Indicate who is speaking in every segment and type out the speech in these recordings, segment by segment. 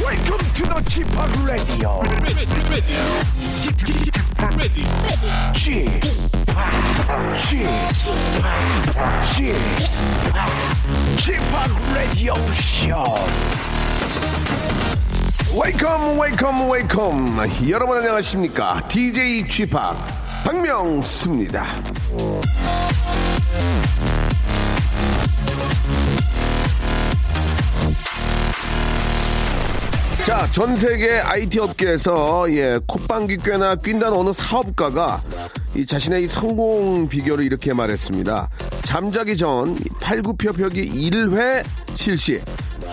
Speaker 1: Welcome to the Chip Radio. Chip Chip Chip Radio Show.
Speaker 2: 웨이컴 웨이컴 웨이컴 여러분 안녕하십니까 DJ g p 박명수입니다 자, 전 세계 IT 업계에서 예, 콧방귀 꽤나 낀다는 어느 사업가가 이 자신의 이 성공 비결을 이렇게 말했습니다. 잠자기 전팔굽혀펴기 1회 실시.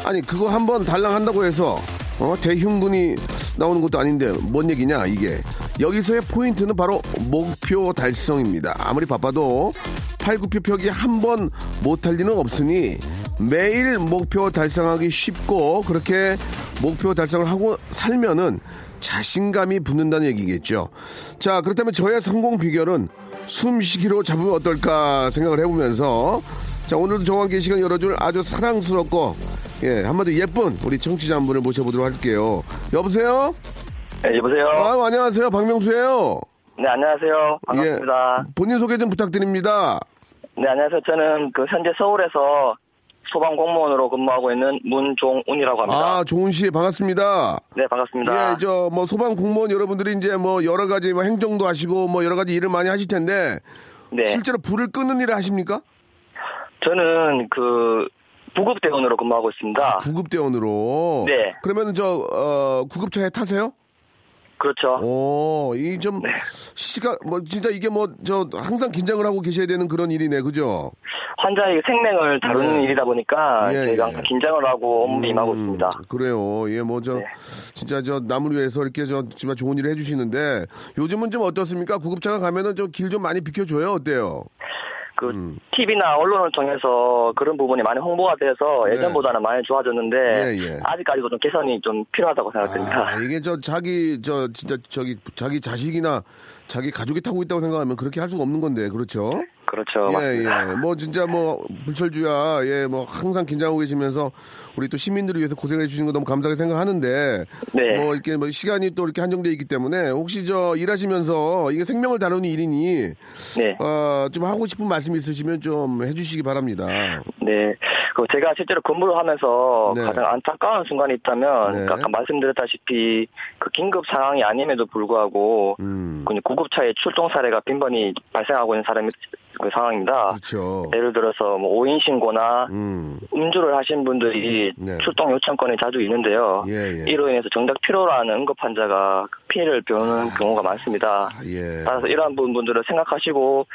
Speaker 2: 아니, 그거 한번 달랑 한다고 해서 어, 대흉근이 나오는 것도 아닌데 뭔 얘기냐, 이게. 여기서의 포인트는 바로 목표 달성입니다. 아무리 바빠도 팔굽혀펴기 한 번 못할 리는 없으니 매일 목표 달성하기 쉽고 그렇게 목표 달성을 하고 살면은 자신감이 붙는다는 얘기겠죠. 자, 그렇다면 저의 성공 비결은 숨쉬기로 잡으면 어떨까 생각을 해보면서 자, 오늘도 저와 함께 이 시간 열어줄 아주 사랑스럽고 예, 한마디 예쁜 우리 청취자 한 분을 모셔보도록 할게요. 여보세요?
Speaker 3: 네, 여보세요.
Speaker 2: 아유, 안녕하세요. 박명수예요.
Speaker 3: 네, 안녕하세요. 반갑습니다.
Speaker 2: 예, 본인 소개 좀 부탁드립니다.
Speaker 3: 네, 안녕하세요. 저는 그 현재 서울에서 소방 공무원으로 근무하고 있는 문종운이라고 합니다.
Speaker 2: 아, 좋은 씨 반갑습니다.
Speaker 3: 네, 반갑습니다.
Speaker 2: 예, 저 뭐 소방 공무원 여러분들이 이제 뭐 여러 가지 뭐 행정도 하시고 뭐 여러 가지 일을 많이 하실 텐데
Speaker 3: 네,
Speaker 2: 실제로 불을 끄는 일을 하십니까?
Speaker 3: 저는 그 부급대원으로 근무하고 있습니다.
Speaker 2: 아, 그- 구급대원으로.
Speaker 3: 네.
Speaker 2: 그러면 저 어, 구급차에 타세요? 어.
Speaker 3: 그렇죠.
Speaker 2: 오, 이 좀
Speaker 3: 네.
Speaker 2: 시간 뭐 진짜 이게 뭐 저 항상 긴장을 하고 계셔야 되는 그런 일이네, 그죠?
Speaker 3: 환자의 생명을 다루는
Speaker 2: 네.
Speaker 3: 일이다 보니까
Speaker 2: 예,
Speaker 3: 저희가
Speaker 2: 예. 음,
Speaker 3: 항상 긴장을 하고 업무에 임하고 있습니다.
Speaker 2: 그래요. 예, 뭐 저
Speaker 3: 네.
Speaker 2: 진짜 저 남을 위해서 이렇게 저 정말 좋은 일을 해주시는데 요즘은 좀 어떻습니까? 구급차가 가면은 좀 길 좀 많이 비켜줘요, 어때요?
Speaker 3: 그
Speaker 2: 음.
Speaker 3: TV나 언론을 통해서 그런 부분이 많이 홍보가 돼서
Speaker 2: 네.
Speaker 3: 예전보다는 많이 좋아졌는데
Speaker 2: 예, 예.
Speaker 3: 아직까지도 좀 개선이 좀 필요하다고 생각됩니다.
Speaker 2: 아, 이게 저 자기 저 진짜 저기 자기 자식이나 자기 가족이 타고 있다고 생각하면 그렇게 할 수가 없는 건데 그렇죠?
Speaker 3: 그렇죠.
Speaker 2: 예,
Speaker 3: 맞습니다.
Speaker 2: 예. 뭐 진짜 뭐 불철주야 예, 뭐 항상 긴장하고 계시면서 우리 또 시민들을 위해서 고생해 주시는 거 너무 감사하게 생각하는데
Speaker 3: 네.
Speaker 2: 뭐 이렇게 뭐 시간이 또 이렇게 한정돼 있기 때문에 혹시 저 일하시면서 이게 생명을 다루는 일이니
Speaker 3: 네.
Speaker 2: 어, 좀 하고 싶은 말씀 있으시면 좀 해주시기 바랍니다.
Speaker 3: 네. 그 제가 실제로 근무를 하면서
Speaker 2: 네.
Speaker 3: 가장 안타까운 순간이 있다면
Speaker 2: 네.
Speaker 3: 아까 말씀드렸다시피 그 긴급 상황이 아님에도 불구하고
Speaker 2: 음,
Speaker 3: 그 구급차의 출동 사례가 빈번히 발생하고 있는 사람이 그 상황입니다.
Speaker 2: 그렇죠.
Speaker 3: 예를 들어서 뭐 5인 신고나
Speaker 2: 음,
Speaker 3: 음주를 하신 분들이
Speaker 2: 네.
Speaker 3: 출동 요청권이 자주 있는데요.
Speaker 2: 예, 예.
Speaker 3: 아, 이로 인해서 정작 필요로 하는 응급 환자가 피해를 보는 경우가 많습니다.
Speaker 2: 아, 예.
Speaker 3: 따라서 이러한 부분들을 생각하시고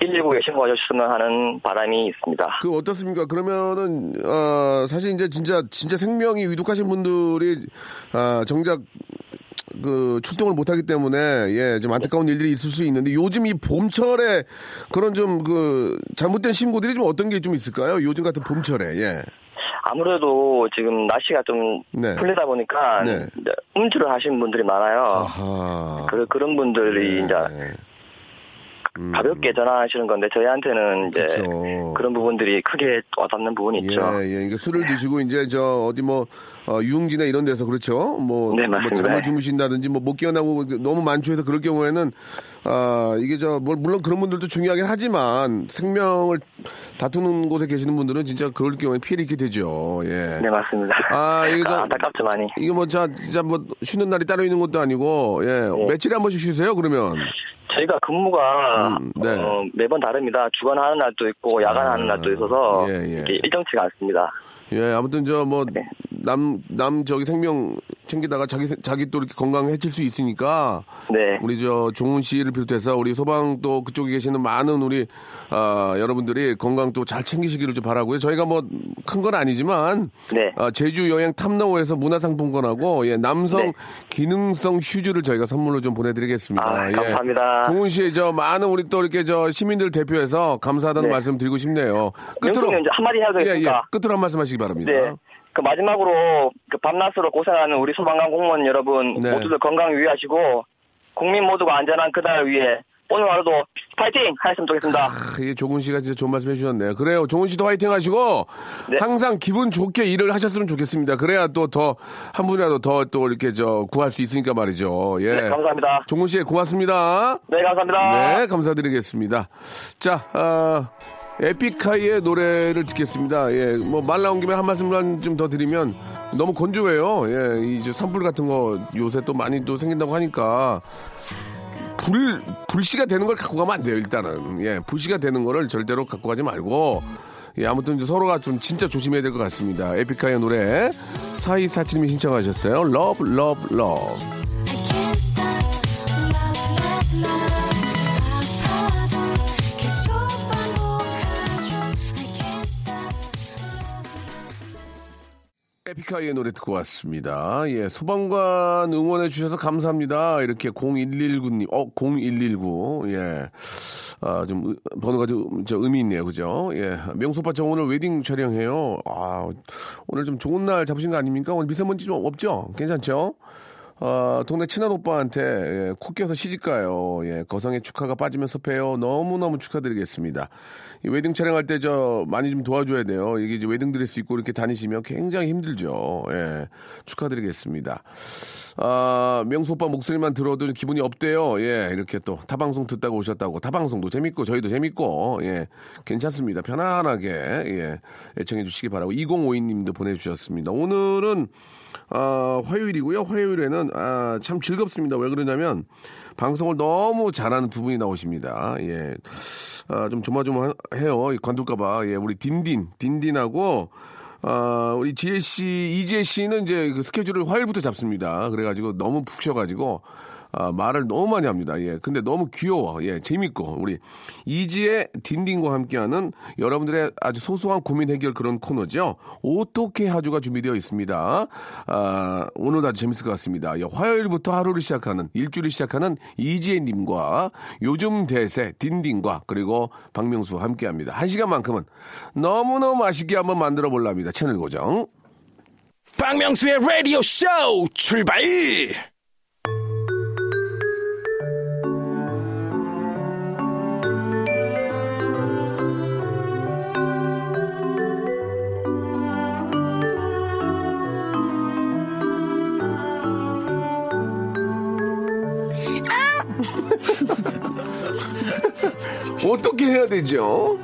Speaker 3: 119에 신고하셨으면 하는 바람이 있습니다.
Speaker 2: 그 어떻습니까? 그러면은 어, 사실 이제 진짜 진짜 생명이 위독하신 분들이 아, 정작 그 출동을 못하기 때문에 예 좀 안타까운 일들이 있을 수 있는데 요즘 이 봄철에 그런 좀 그 잘못된 신고들이 좀 어떤 게 좀 있을까요? 요즘 같은 봄철에 예.
Speaker 3: 아무래도 지금 날씨가 좀
Speaker 2: 네.
Speaker 3: 풀리다 보니까
Speaker 2: 네.
Speaker 3: 이제 음주를 하시는 분들이 많아요.
Speaker 2: 아하.
Speaker 3: 그, 그런 분들이 이제
Speaker 2: 예.
Speaker 3: 가볍게 전화하시는 건데 저희한테는 이제
Speaker 2: 음. 그쵸.
Speaker 3: 그런 부분들이 크게 와닿는 부분이 있죠. 네.
Speaker 2: 예, 예. 이게 술을 드시고 이제 저 어디 뭐 어, 유흥지나 이런 데서 그렇죠. 뭐,
Speaker 3: 네,
Speaker 2: 뭐
Speaker 3: 맞습니다.
Speaker 2: 잠을 주무신다든지 뭐 못 깨어나고 너무 만취해서 그럴 경우에는 아 이게 저 물- 물론 그런 분들도 중요하긴 하지만 생명을 다투는 곳에 계시는 분들은 진짜 그럴 경우에 피해를 입게 되죠. 예.
Speaker 3: 네 맞습니다.
Speaker 2: 아, 이게 좀-
Speaker 3: 안타깝죠 많이.
Speaker 2: 이게 뭐 자, 진짜 뭐 쉬는 날이 따로 있는 것도 아니고 예.
Speaker 3: 네.
Speaker 2: 며칠에 한 번씩 쉬세요 그러면.
Speaker 3: 저희가 근무가
Speaker 2: 음, 네. 아,
Speaker 3: 어, 매번 다릅니다. 주간 하는 날도 있고 야간 하는 날도 있어서
Speaker 2: 예, 예.
Speaker 3: 이게 일정치가 않습니다.
Speaker 2: 예, 아무튼 저 뭐 남 남 저기 생명 챙기다가 자기 세- 자기 또 이렇게 건강 해칠 수 있으니까
Speaker 3: 네.
Speaker 2: 우리 저 종훈 씨를 비롯해서 우리 소방 또 그쪽에 계시는 많은 우리 아, 여러분들이 건강 또 잘 챙기시기를 좀 바라고요. 저희가 뭐 큰 건 아니지만
Speaker 3: 네.
Speaker 2: 아, 제주 여행 탐나오에서 문화상품권하고 예, 남성
Speaker 3: 네.
Speaker 2: 기능성 슈즈를 저희가 선물로 좀 보내드리겠습니다.
Speaker 3: 아,
Speaker 2: 예.
Speaker 3: 감사합니다.
Speaker 2: 종훈 씨, 저 많은 우리 또 이렇게 저 시민들 대표해서 감사하다는
Speaker 3: 네.
Speaker 2: 말씀 드리고 싶네요. 끝으로
Speaker 3: 영수님 이제 한마디 해야
Speaker 2: 예, 예.
Speaker 3: 되겠습니까?
Speaker 2: 끝으로 한 말씀 하시기 바랍니다.
Speaker 3: 네. 그 마지막으로 그 밤낮으로 고생하는 우리 소방관 공무원 여러분
Speaker 2: 네.
Speaker 3: 모두들 건강 유의하시고 국민 모두가 안전한 그날을 위해 오늘 하루도 파이팅 하셨으면 좋겠습니다.
Speaker 2: 크, 이 조군 씨가 진짜 좋은 말씀 해주셨네요. 그래요. 조군 씨도 화이팅 하시고
Speaker 3: 네.
Speaker 2: 항상 기분 좋게 일을 하셨으면 좋겠습니다. 그래야 또 더 한 분이라도 더 또 이렇게 저 구할 수 있으니까 말이죠. 예.
Speaker 3: 네, 감사합니다.
Speaker 2: 조군 씨 고맙습니다.
Speaker 3: 네, 감사합니다.
Speaker 2: 네, 감사드리겠습니다. 자, 아, 에픽하이의 노래를 듣겠습니다. 예, 뭐 말 나온 김에 한 말씀만 좀 더 드리면 너무 건조해요. 예, 이제 산불 같은 거 요새 또 많이 또 생긴다고 하니까 불 불씨가 되는 걸 갖고 가면 안 돼요. 일단은 예, 불씨가 되는 거를 절대로 갖고 가지 말고. 예, 아무튼 이제 서로가 좀 진짜 조심해야 될 것 같습니다. 에픽하이의 노래 4247님이 신청하셨어요. 러브 러브 러브
Speaker 4: I can't stop love love love 아파도 계속 반복하죠 I can't stop love
Speaker 2: 에픽하이의 노래 듣고 왔습니다. 예, 소방관 응원해 주셔서 감사합니다. 이렇게 0119님, 어, 0119. 예. 아, 좀, 으- 번호가 좀, 저 의미 있네요. 그죠? 예. 명소빠 저 오늘 웨딩 촬영해요. 아, 오늘 좀 좋은 날 잡으신 거 아닙니까? 오늘 미세먼지 좀 없죠? 괜찮죠? 아, 동네 친한 오빠한테 예, 코 껴서 시집가요. 예, 거성의 축하가 빠지면서 패요. 너무너무 축하드리겠습니다. 이 웨딩 촬영할 때 저 많이 좀 도와줘야 돼요. 이게 이제 웨딩 드레스 입고 이렇게 다니시면 굉장히 힘들죠. 예, 축하드리겠습니다. 아, 명수 오빠 목소리만 들어도 기분이 업대요. 예, 이렇게 또 타방송 듣다가 오셨다고. 타방송도 재밌고, 저희도 재밌고, 예, 괜찮습니다. 편안하게, 예, 애청해 주시기 바라고. 2052님도 보내주셨습니다. 오늘은, 아, 화요일이고요. 화요일에는, 아, 참 즐겁습니다. 왜 그러냐면, 방송을 너무 잘하는 두 분이 나오십니다. 예. 아, 좀 조마조마해요. 이 관둘까봐. 예, 우리 딘딘, 딘딘하고, 아, 우리 지혜 씨, 이지혜 씨는 이제 그 스케줄을 화요일부터 잡습니다. 그래가지고 너무 푹 쉬어가지고, 아, 말을 너무 많이 합니다. 예. 근데 너무 귀여워. 예. 재밌고. 우리 이지혜 딘딘과 함께하는 여러분들의 아주 소소한 고민 해결 그런 코너죠. 어떻게 하주가 준비되어 있습니다. 아, 오늘 아주 재밌을 것 같습니다. 예, 화요일부터 하루를 시작하는, 일주일을 시작하는 이지혜님과 요즘 대세 딘딘과 그리고 박명수 함께 합니다. 한 시간만큼은 너무너무 맛있게 한번 만들어 볼랍니다. 채널 고정.
Speaker 1: 박명수의 라디오 쇼 출발!
Speaker 2: 어떻게 해야 되죠?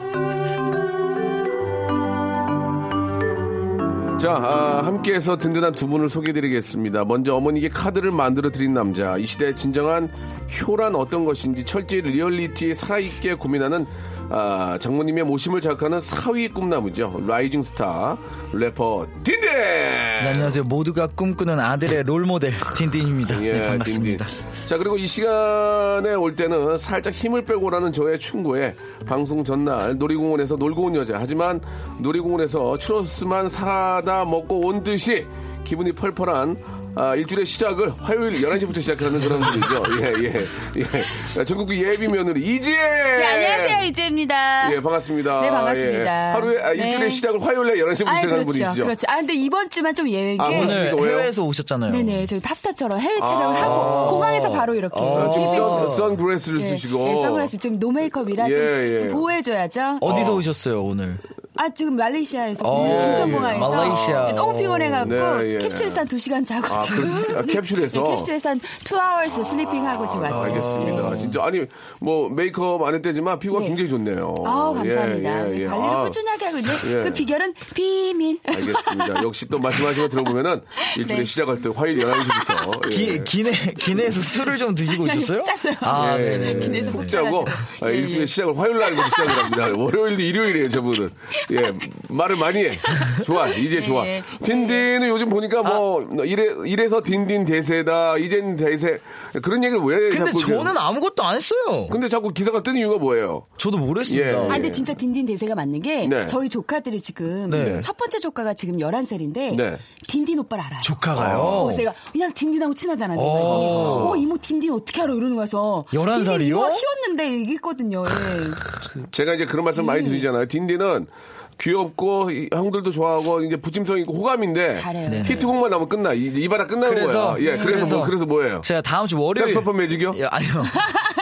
Speaker 2: 자, 아, 함께해서 든든한 두 분을 소개해드리겠습니다. 먼저 어머니께 카드를 만들어 드린 남자, 이 시대의 진정한 효란 어떤 것인지 철저히 리얼리티에 살아있게 고민하는 아, 장모님의 모심을 자극하는 사위 꿈나무죠. 라이징 스타 래퍼 딘딘.
Speaker 5: 네, 안녕하세요. 모두가 꿈꾸는 아들의 롤모델 딘딘입니다.
Speaker 2: 예,
Speaker 5: 네, 반갑습니다.
Speaker 2: 딘딘. 자, 그리고 이 시간에 올 때는 살짝 힘을 빼고 오라는 저의 충고에 방송 전날 놀이공원에서 놀고 온 여자. 하지만 놀이공원에서 추러스만 사다 먹고 온 듯이 기분이 펄펄한 아, 일주일의 시작을 화요일 11시부터 시작하는 그런 분이죠. 예, 예, 예. 자, 전국구 예비 며느리 이지혜!
Speaker 6: 네, 안녕하세요. 이지혜입니다.
Speaker 2: 예, 반갑습니다.
Speaker 6: 네, 반갑습니다.
Speaker 2: 예. 하루에, 아, 일주일의
Speaker 6: 네.
Speaker 2: 시작을 화요일에 11시부터
Speaker 6: 아,
Speaker 2: 시작하는
Speaker 6: 그렇죠.
Speaker 2: 분이시죠.
Speaker 6: 그렇죠. 아, 근데 이번 주만 좀 예외인
Speaker 2: 아,
Speaker 6: 게
Speaker 2: 오늘-
Speaker 5: 오늘
Speaker 2: 반갑습니다.
Speaker 5: 해외에서 오셨잖아요.
Speaker 6: 네네, 저희 탑스타처럼 해외
Speaker 2: 음.
Speaker 6: 촬영을
Speaker 2: 아.
Speaker 6: 하고 공항에서 바로 이렇게
Speaker 2: 아, 지금
Speaker 6: KBS
Speaker 2: 선, 선글라스를
Speaker 6: 예,
Speaker 2: 쓰시고.
Speaker 6: 예, 선글라스 좀 노메이크업이라 좀,
Speaker 2: 예, 예.
Speaker 6: 좀 보호해줘야죠.
Speaker 5: 어디서 오셨어요 오늘?
Speaker 6: 아 지금 말레이시아에서
Speaker 5: 어,
Speaker 2: 예,
Speaker 6: 인천공항에서
Speaker 5: 예. 말레이시아.
Speaker 6: 너무 피곤해갖고
Speaker 2: 네, 예.
Speaker 6: 캡슐에서 한 2시간 자고
Speaker 2: 아,
Speaker 6: 지금
Speaker 2: 그렇습니까? 아, 캡슐에서?
Speaker 6: 네, 캡슐에서 한 2hours 슬리핑하고 지금 왔어요.
Speaker 2: 알겠습니다.
Speaker 6: 네.
Speaker 2: 진짜 아니 뭐 메이크업 안 했대지만 피부가
Speaker 6: 네.
Speaker 2: 굉장히 좋네요.
Speaker 6: 아우 감사합니다.
Speaker 2: 예, 예, 예.
Speaker 6: 네, 관리를
Speaker 2: 아,
Speaker 6: 꾸준히 하게 하고 있는데
Speaker 2: 예.
Speaker 6: 그 비결은 비밀.
Speaker 5: 아,
Speaker 2: 알겠습니다. 역시 또 말씀하시고 들어보면은 일주일에
Speaker 6: 네.
Speaker 2: 시작할 때 화요일 11시부터 예.
Speaker 5: 기, 기내 기내에서 술을 좀 드시고 오셨어요?
Speaker 6: 짰어요.
Speaker 5: 아,
Speaker 2: 예,
Speaker 5: 네네.
Speaker 6: 기내에서
Speaker 2: 푹 자고
Speaker 6: 푹 자가지고.
Speaker 2: 아,
Speaker 6: 예,
Speaker 2: 일주일에
Speaker 6: 예.
Speaker 2: 시작을 화요일 날부터 시작을 합니다. 월요일도 일요일이에요, 저분은. 예, 말을 많이 해. 좋아, 이제 좋아.
Speaker 6: 예. 아.
Speaker 2: 딘딘은 요즘 보니까 뭐, 이래, 이래서 딘딘 대세다, 이젠 대세. 그런 얘기를 왜
Speaker 7: 근데
Speaker 2: 자꾸. 이렇게-
Speaker 7: 저는 아무것도 안 했어요.
Speaker 2: 근데 자꾸 기사가 뜨는 이유가 뭐예요?
Speaker 7: 저도 모르겠습니다.
Speaker 2: 예.
Speaker 6: 아, 근데 진짜 딘딘 대세가 맞는 게
Speaker 2: 네.
Speaker 6: 저희 조카들이 지금
Speaker 7: 네.
Speaker 6: 첫 번째 조카가 지금 11살인데
Speaker 2: 네.
Speaker 6: 딘딘 오빠를 알아요.
Speaker 7: 조카가요?
Speaker 6: 어, 그래서 얘가 그냥 딘딘하고 친하잖아. 내가.
Speaker 7: 어.
Speaker 6: 어, 이모 딘딘 어떻게 알아? 이러는 거서
Speaker 7: 11 살이요?
Speaker 6: 키웠는데 얘기했거든요. 예.
Speaker 2: 제가 이제 그런 말씀 많이
Speaker 6: 음.
Speaker 2: 드리잖아요. 딘딘은 귀엽고, 이- 형들도 좋아하고, 이제 부침성 있고 호감인데.
Speaker 6: 잘해요.
Speaker 2: 히트곡만 나오면 끝나. 이, 이 바닥 끝나는
Speaker 7: 네, 그래서
Speaker 2: 거야. 예, 그래서, 뭐, 그래서 뭐예요?
Speaker 7: 제가 다음 주 월요일
Speaker 2: 셀프폰 매직이요?
Speaker 7: 예, 아니요.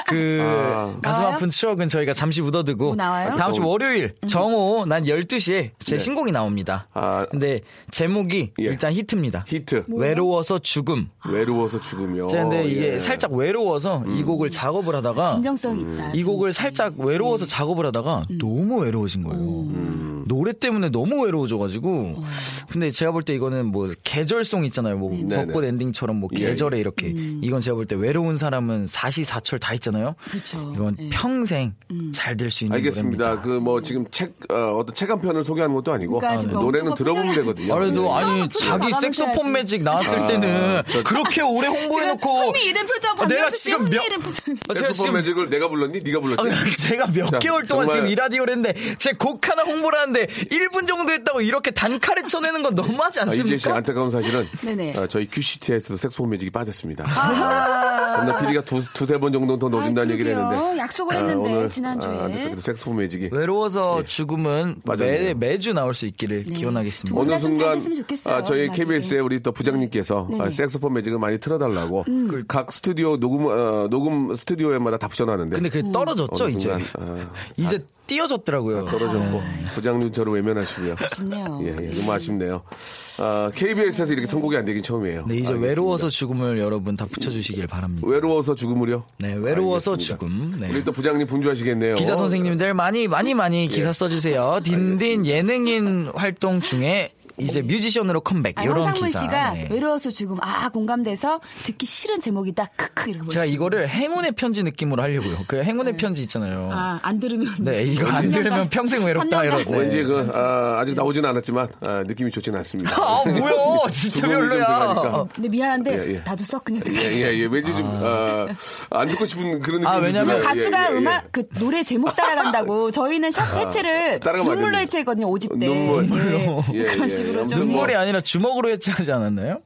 Speaker 7: 그
Speaker 2: 아.
Speaker 7: 가슴
Speaker 6: 나와요?
Speaker 7: 아픈 추억은 저희가 잠시 묻어두고
Speaker 6: 뭐 나와요?
Speaker 7: 다음 주
Speaker 2: 어.
Speaker 7: 월요일 정오 난 12시에 제 신곡이 나옵니다.
Speaker 2: 아.
Speaker 7: 근데 제목이
Speaker 2: 예.
Speaker 7: 일단 히트입니다.
Speaker 2: 히트.
Speaker 7: 외로워서 죽음.
Speaker 2: 아. 외로워서 죽으며.
Speaker 7: 제가 근데 이게
Speaker 2: 예. 음.
Speaker 7: 살짝 외로워서 이 곡을 작업을 하다가
Speaker 6: 진정성 음. 있다.
Speaker 7: 이 곡을 살짝 외로워서 작업을 하다가 너무 외로워진 거예요.
Speaker 2: 음.
Speaker 7: 노래 때문에 너무 외로워져가지고.
Speaker 6: 어.
Speaker 7: 근데 제가 볼 때 이거는 뭐 계절송 있잖아요. 뭐
Speaker 2: 네네.
Speaker 7: 벚꽃 엔딩처럼 뭐
Speaker 2: 예,
Speaker 7: 계절에 이렇게.
Speaker 6: 음.
Speaker 7: 이건 제가 볼 때 외로운 사람은 사시사철 다 있잖아요.
Speaker 6: 그쵸.
Speaker 7: 이건
Speaker 6: 예.
Speaker 7: 평생 잘 들 수 있는
Speaker 2: 알겠습니다.
Speaker 7: 노래입니다.
Speaker 2: 그 뭐 지금 책 어, 어떤 책 한 편을 소개하는 것도 아니고
Speaker 6: 그러니까 지금
Speaker 2: 노래는
Speaker 6: 엄청
Speaker 2: 들어보면
Speaker 6: popular-
Speaker 2: 되거든요. 예.
Speaker 7: 아래도 아니
Speaker 6: 푸드
Speaker 7: 자기
Speaker 6: 나가면서 해야지.
Speaker 7: 색소폰 매직
Speaker 2: 아,
Speaker 7: 나왔을 때는 그렇게 오래
Speaker 6: 지금
Speaker 7: 홍보해놓고
Speaker 6: 흥미 잃은 표정,
Speaker 7: 아, 내가
Speaker 6: 박명수 씨
Speaker 7: 지금
Speaker 6: 흥미
Speaker 7: 몇-
Speaker 6: 잃은 표정.
Speaker 7: 아, 제가
Speaker 2: 셀프폰
Speaker 7: 지금
Speaker 2: 매직을 내가 불렀니? 네가 불렀지?
Speaker 7: 아, 제가 몇
Speaker 2: 자,
Speaker 7: 개월 동안
Speaker 2: 정말-
Speaker 7: 지금 이 라디오를 했는데 제 곡 하나 공부를 하는데 1분 정도 했다고 이렇게 단칼에 쳐내는 건 너무하지
Speaker 2: 아, 이재 씨
Speaker 7: 않습니까?
Speaker 2: 안타까운 사실은
Speaker 6: 네네.
Speaker 2: 아, 저희 큐시티에서 색소폰 매직이 빠졌습니다. 오늘 PD가 두, 두세 번 정도는 더 넣어준다는
Speaker 6: 아,
Speaker 2: 얘기를
Speaker 6: 그러게요.
Speaker 2: 했는데
Speaker 6: 약속을
Speaker 2: 아,
Speaker 6: 했는데
Speaker 2: 오늘,
Speaker 6: 지난주에.
Speaker 2: 아, 안타깝게도 색소폰 매직이
Speaker 7: 네. 외로워서
Speaker 2: 예.
Speaker 7: 죽음은
Speaker 2: 빠졌네요.
Speaker 7: 매, 매주 나올 수 있기를
Speaker 6: 네.
Speaker 7: 기원하겠습니다.
Speaker 6: 오늘-
Speaker 2: 어느
Speaker 6: 좀잘
Speaker 2: 순간
Speaker 6: 됐으면 좋겠어요.
Speaker 2: 아, 저희
Speaker 6: 음악이.
Speaker 2: KBS의 우리 또 부장님께서
Speaker 6: 네네. 음.
Speaker 2: 아, 색소폰 매직을 많이 틀어달라고 각 스튜디오 녹음 어, 녹음 스튜디오에마다 다 붙여놨는데
Speaker 7: 근데
Speaker 6: 음.
Speaker 7: 그게 떨어졌죠
Speaker 2: 어느
Speaker 7: 이제 아.
Speaker 2: 순간, 아,
Speaker 7: 이제 띄어졌더라고요. 네.
Speaker 2: 떨어졌고 부장님 저를 외면하시고요.
Speaker 6: 아쉽네요.
Speaker 2: 예, 예, 너무 아쉽네요. 아, KBS에서 이렇게 선곡이 안 되긴 처음이에요.
Speaker 7: 네 이제
Speaker 2: 알겠습니다.
Speaker 7: 외로워서 죽음을 여러분 다 붙여주시길 바랍니다.
Speaker 2: 외로워서 죽음으려.
Speaker 7: 네 외로워서
Speaker 2: 알겠습니다.
Speaker 7: 죽음. 네.
Speaker 2: 우리 또 부장님 분주하시겠네요.
Speaker 7: 기자 선생님들 많이 많이
Speaker 2: 예.
Speaker 7: 많이 기사 써주세요. 딘딘 예능인 활동 중에 이제 뮤지션으로 컴백
Speaker 6: 아,
Speaker 7: 이런
Speaker 6: 황상문
Speaker 7: 기사.
Speaker 6: 씨가
Speaker 7: 네.
Speaker 6: 외로워서 죽음 아 공감돼서 듣기 싫은 제목이다 크크 이러고
Speaker 7: 제가 이거를 행운의 편지 느낌으로 하려고요. 그 행운의 편지 있잖아요.
Speaker 2: 어.
Speaker 6: 아안 들으면
Speaker 7: 네, 이거 안
Speaker 6: 삼년간-
Speaker 7: 들으면 평생 외롭다
Speaker 6: 삼년간.
Speaker 7: 이러고.
Speaker 2: 왠지 그 아, 직 나오지는 않았지만 아, 느낌이 좋지는 않습니다.
Speaker 7: 아, 뭐야. 진짜
Speaker 2: 죽음이 좀
Speaker 7: 별로야.
Speaker 2: 들어가니까.
Speaker 6: 근데 미안한데
Speaker 2: 예, 예. 나도
Speaker 6: 나도 썩 그냥
Speaker 2: 예예예 왠지 좀 안 듣고 싶은 그런 느낌이
Speaker 7: 아, 왜냐면
Speaker 2: 들어요. 예,
Speaker 6: 가수가
Speaker 2: 예, 예.
Speaker 6: 음악 그 노래 제목 따라간다고 저희는 샵 해체를
Speaker 2: 따라가면 안
Speaker 6: 눈물로
Speaker 2: 됩니다.
Speaker 6: 해체했거든요 오집 때
Speaker 2: 눈물.
Speaker 6: 네.
Speaker 2: 예, 예,
Speaker 6: 그런
Speaker 2: 예.
Speaker 6: 식으로 좀
Speaker 2: 눈물.
Speaker 7: 눈물이 아니라 주먹으로 해체하지 않았나요?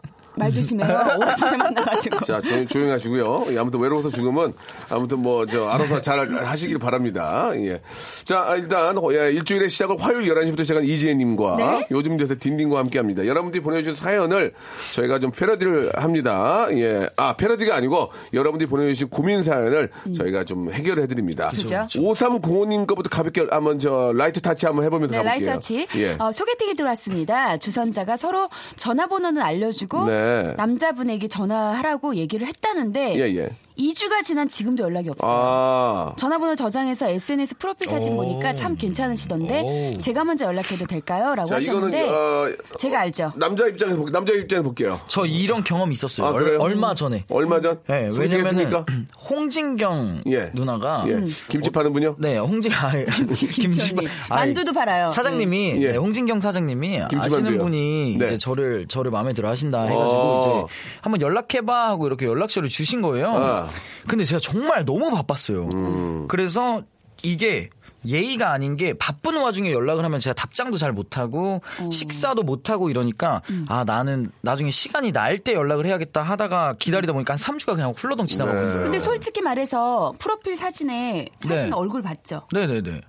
Speaker 6: 말 조심해서 오랜만에 만나가지고
Speaker 2: 자, 조용, 조용하시고요. 예, 아무튼 외로워서 죽음은 아무튼 뭐 저 알아서 잘 하시길 바랍니다. 예. 자, 아, 일단 예, 일주일의 시작을 화요일 11시부터 시작한 이지혜 님과
Speaker 6: 네?
Speaker 2: 요즘 요새 딘딘과 함께 합니다. 여러분들이 보내 주신 사연을 저희가 좀 패러디를 합니다. 예. 아, 패러디가 아니고 여러분들이 보내 주신 고민 사연을 저희가 좀 해결해 드립니다.
Speaker 6: 음. 그죠.
Speaker 2: 5305 님 거부터 가볍게 한번 저 라이트 타치 한번 해 보면서
Speaker 6: 네,
Speaker 2: 가볼게요.
Speaker 6: 라이터치.
Speaker 2: 예.
Speaker 6: 어, 소개팅이 들어왔습니다. 주선자가 서로 전화번호는 알려주고
Speaker 2: 네.
Speaker 6: 남자분에게 전화하라고 얘기를 했다는데
Speaker 2: 예, 예.
Speaker 6: 2주가 지난 지금도 연락이 없어요.
Speaker 2: 아.
Speaker 6: 전화번호 저장해서 SNS 프로필 사진 보니까 참 괜찮으시던데 제가 먼저 연락해도 될까요? 라고
Speaker 2: 자, 이거는
Speaker 6: 하셨는데
Speaker 2: 어,
Speaker 7: 아,
Speaker 6: 제가 알죠.
Speaker 2: 남자 입장에서 볼- 남자 입장에서 볼게요.
Speaker 7: 저 이런 경험 이 있었어요.
Speaker 2: 음. 아, 그래요?
Speaker 7: 얼, 마 전에.
Speaker 2: 얼마 전?
Speaker 7: 네,
Speaker 2: 소개팅했습니까?
Speaker 7: 왜냐면 홍진경
Speaker 2: 예.
Speaker 7: 누나가
Speaker 2: 예. 김치 파는 분요?
Speaker 7: 네, 홍진 아, 김치만
Speaker 6: 김치언니. 만두도 팔아요.
Speaker 7: 사장님이
Speaker 2: 예.
Speaker 7: 네, 홍진경 사장님이
Speaker 2: 김치만두요.
Speaker 7: 아시는 분이
Speaker 2: 네.
Speaker 7: 이제 저를 저를 마음에 들어 하신다 해 가지고
Speaker 2: 어.
Speaker 7: 이제 한번 연락해 봐 하고 이렇게 연락처를 주신 거예요.
Speaker 2: 아.
Speaker 7: 근데 제가 정말 너무 바빴어요. 그래서 이게 예의가 아닌 게 바쁜 와중에 연락을 하면 제가 답장도 잘 못하고 식사도 못하고 이러니까 아 나는 나중에 시간이 날 때 연락을 해야겠다 하다가 기다리다 보니까 한 3주가 그냥 훌러덩 지나가고 있는 거예요.
Speaker 6: 근데 솔직히 말해서 프로필 사진에 사진
Speaker 7: 네.
Speaker 6: 얼굴 봤죠?
Speaker 7: 네네네.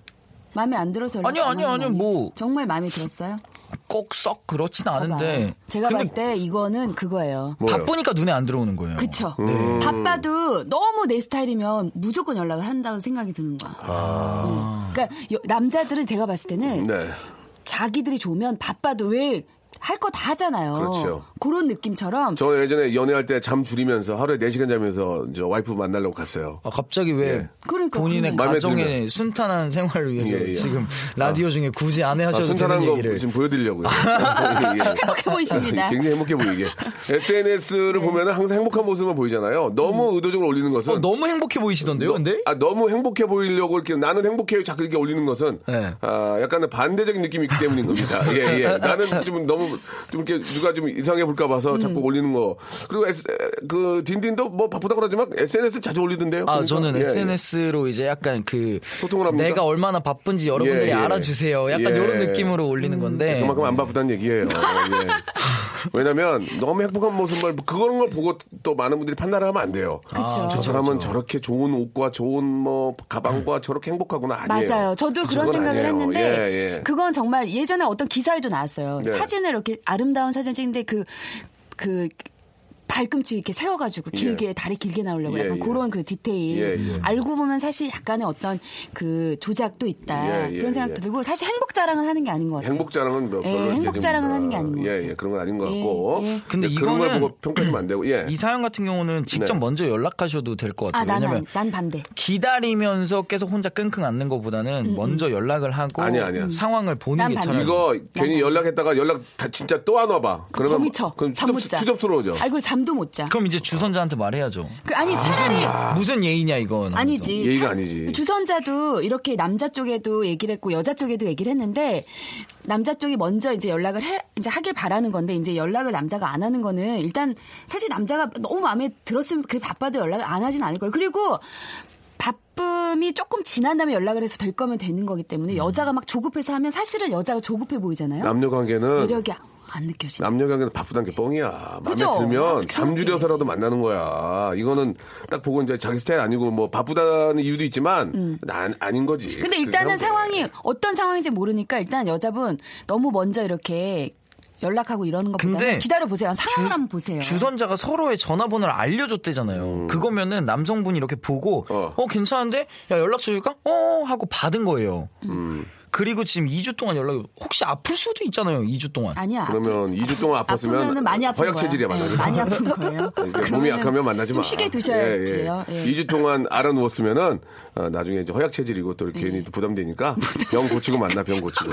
Speaker 6: 마음에 안 들어서 연락
Speaker 7: 아니요,
Speaker 6: 안
Speaker 7: 아니요,
Speaker 6: 하는 거
Speaker 7: 아니요, 뭐.
Speaker 6: 정말 마음에 들었어요?
Speaker 7: 꼭 썩 그렇진 않은데
Speaker 6: 봐봐요. 제가
Speaker 7: 근데
Speaker 6: 봤을 때 이거는 그거예요.
Speaker 2: 뭐예요?
Speaker 7: 바쁘니까 눈에 안 들어오는 거예요.
Speaker 6: 그쵸.
Speaker 7: 네.
Speaker 6: 바빠도 너무 내 스타일이면 무조건 연락을 한다고 생각이 드는 거야.
Speaker 7: 아.
Speaker 6: 음. 그러니까 여- 남자들은 제가 봤을 때는
Speaker 2: 네.
Speaker 6: 자기들이 좋으면 바빠도 왜 할 거 다 하잖아요.
Speaker 2: 그렇죠.
Speaker 6: 런 느낌처럼
Speaker 2: 저 예전에 연애할 때 잠 줄이면서 하루에 4시간 자면서 저 와이프 만나려고 갔어요.
Speaker 7: 아, 갑자기 왜
Speaker 6: 그러니까
Speaker 7: 본인의
Speaker 6: 그러네.
Speaker 2: 마음에
Speaker 7: 가정의
Speaker 2: 들면.
Speaker 7: 순탄한 생활을 위해서
Speaker 2: 예, 예.
Speaker 7: 지금 라디오 중에 굳이 안
Speaker 2: 아,
Speaker 7: 하셔도
Speaker 2: 순탄한
Speaker 7: 되는
Speaker 2: 거
Speaker 7: 얘기를
Speaker 2: 지금 보여드리려고요. 예, 예.
Speaker 6: 행복해 보이십니다.
Speaker 2: 굉장히 행복해 보이게. SNS를 보면 항상 행복한 모습만 보이잖아요.
Speaker 7: 음.
Speaker 2: 너무 의도적으로 올리는 것은.
Speaker 7: 어, 너무 행복해 보이시던데요, 근데?
Speaker 2: 아, 너무 행복해 보이려고 이렇게 나는 행복해요 자꾸 이렇게 올리는 것은
Speaker 7: 네.
Speaker 2: 아, 약간 반대적인 느낌이 있기 때문인 겁니다. 예, 예. 나는 좀 너무 좀 이렇게 누가 좀 이상해 볼까 봐서 자꾸 올리는 거. 그리고 S- 그 딘딘도 뭐 바쁘다고 그러지만 SNS 자주 올리던데요.
Speaker 7: 아,
Speaker 2: 보니까.
Speaker 7: 저는
Speaker 2: 예, 예.
Speaker 7: SNS로 이제 약간 그
Speaker 2: 소통을 합니까?
Speaker 7: 내가 얼마나 바쁜지 여러분들이
Speaker 2: 예, 예.
Speaker 7: 알아주세요. 약간
Speaker 2: 예.
Speaker 7: 이런 느낌으로
Speaker 6: 음.
Speaker 7: 올리는 건데.
Speaker 2: 그만큼 안 바쁘다는 얘기예요. 예. 왜냐면 너무 행복한 모습만 그런 걸 보고 또 많은 분들이 판단을 하면 안 돼요.
Speaker 6: 그쵸.
Speaker 2: 저 사람은 저렇게 좋은 옷과 좋은 뭐 가방과 저렇게 행복하구나 아니에요.
Speaker 6: 맞아요. 저도 그런
Speaker 2: 저건
Speaker 6: 생각을
Speaker 2: 아니에요.
Speaker 6: 했는데
Speaker 2: 예, 예.
Speaker 6: 그건 정말 예전에 어떤 기사에도 나왔어요.
Speaker 2: 네.
Speaker 6: 사진을 이렇게 아름다운 사진 찍는데 그 그 발꿈치 이렇게 세워가지고 길게 다리 길게 나오려고
Speaker 2: 예,
Speaker 6: 약간
Speaker 2: 예.
Speaker 6: 그런 그 디테일
Speaker 2: 예, 예.
Speaker 6: 알고 보면 사실 약간의 어떤 그 조작도 있다
Speaker 2: 예, 예,
Speaker 6: 그런 생각도
Speaker 2: 예.
Speaker 6: 들고 사실 행복 자랑은 하는 게 아닌 것 같아요.
Speaker 2: 행복 자랑은 뭐
Speaker 6: 예,
Speaker 2: 별로
Speaker 6: 행복
Speaker 2: 이제 좀,
Speaker 6: 자랑은
Speaker 2: 아,
Speaker 6: 하는 게 아닌 것
Speaker 2: 예,
Speaker 6: 같아요.
Speaker 2: 예, 그런 건 아닌 것
Speaker 6: 예,
Speaker 2: 같고.
Speaker 6: 예.
Speaker 7: 근데
Speaker 2: 그런 걸
Speaker 7: 이거는
Speaker 2: 보고 평가하면 안 되고, 예.
Speaker 7: 이 사연 같은 경우는 직접
Speaker 2: 네.
Speaker 7: 먼저 연락하셔도 될 것 같아요.
Speaker 6: 아난난 난,
Speaker 7: 왜냐면
Speaker 6: 난 반대.
Speaker 7: 기다리면서 계속 혼자 끙끙 앓는 것보다는 먼저 연락을 하고
Speaker 2: 아니야, 아니야.
Speaker 7: 상황을 보는
Speaker 6: 음, 난
Speaker 7: 게
Speaker 6: 반대.
Speaker 7: 차라리
Speaker 2: 이거 괜히 연락했다가 연락 다 진짜 또 안 와봐.
Speaker 6: 그럼 더 미쳐.
Speaker 2: 그럼
Speaker 6: 잠 못
Speaker 2: 추접,
Speaker 6: 자.
Speaker 2: 추접스러워져.
Speaker 6: 아이고 잠도 못 자.
Speaker 7: 그럼 이제 주선자한테 말해야죠.
Speaker 6: 그, 아니 차라리
Speaker 7: 무슨 예의냐 이건. 하면서.
Speaker 6: 아니지.
Speaker 2: 예의가
Speaker 6: 차-
Speaker 2: 아니지.
Speaker 6: 주선자도 이렇게 남자 쪽에도 얘기를 했고 여자 쪽에도 얘기를 했는데 남자 쪽이 먼저 이제 연락을 해 이제 하길 바라는 건데 이제 연락을 남자가 안 하는 거는 일단 사실 남자가 너무 마음에 들었으면 그래 바빠도 연락을 안 하진 않을 거예요. 그리고 바쁨이 조금 지난 다음에 연락을 해서 될 거면 되는 거기 때문에 여자가 막 조급해서 하면 사실은 여자가 조급해 보이잖아요.
Speaker 2: 음. 남녀 관계는
Speaker 6: 매력이 안 느껴지는.
Speaker 2: 남녀 관계는 바쁘단 게 뻥이야. 마음에
Speaker 6: 그죠? 아,
Speaker 2: 들면
Speaker 6: 그쵸.
Speaker 2: 잠줄여서라도 만나는 거야. 이거는 딱 보고 이제 자기 스타일 아니고 뭐 바쁘다는 이유도 있지만 난 아닌 거지.
Speaker 6: 음. 근데
Speaker 2: 예, 그렇게
Speaker 6: 일단은
Speaker 2: 하면 돼.
Speaker 6: 상황이 어떤 상황인지 모르니까 일단 여자분 너무 먼저 이렇게 연락하고 이러는 것보다
Speaker 7: 근데
Speaker 6: 기다려 보세요. 상황을 한번 보세요.
Speaker 7: 주선자가 서로의 전화번호를 알려줬대잖아요. 그거면은 남성분이 이렇게 보고
Speaker 2: 음. 어.
Speaker 7: 어, 괜찮은데 야 연락처 줄까? 어 하고 받은 거예요.
Speaker 6: 음.
Speaker 7: 그리고 지금 2주 동안 연락이 혹시 아플 수도 있잖아요. 2주 동안.
Speaker 6: 아니야.
Speaker 2: 그러면 2주 동안
Speaker 6: 아프면
Speaker 2: 아팠으면
Speaker 6: 많이 아픈
Speaker 2: 허약 체질이야
Speaker 6: 거예요.
Speaker 2: 만나지.
Speaker 6: 네, 많이 아픈 거예요.
Speaker 2: 이제 몸이 약하면 만나지 마.
Speaker 6: 좀 쉬게 두셔야지요. 예.
Speaker 2: 2주 동안 알아 누웠으면은 어, 나중에 이제 허약 체질이고 또
Speaker 6: 예.
Speaker 2: 이렇게 괜히 또 부담되니까 병 고치고 만나 병 고치고.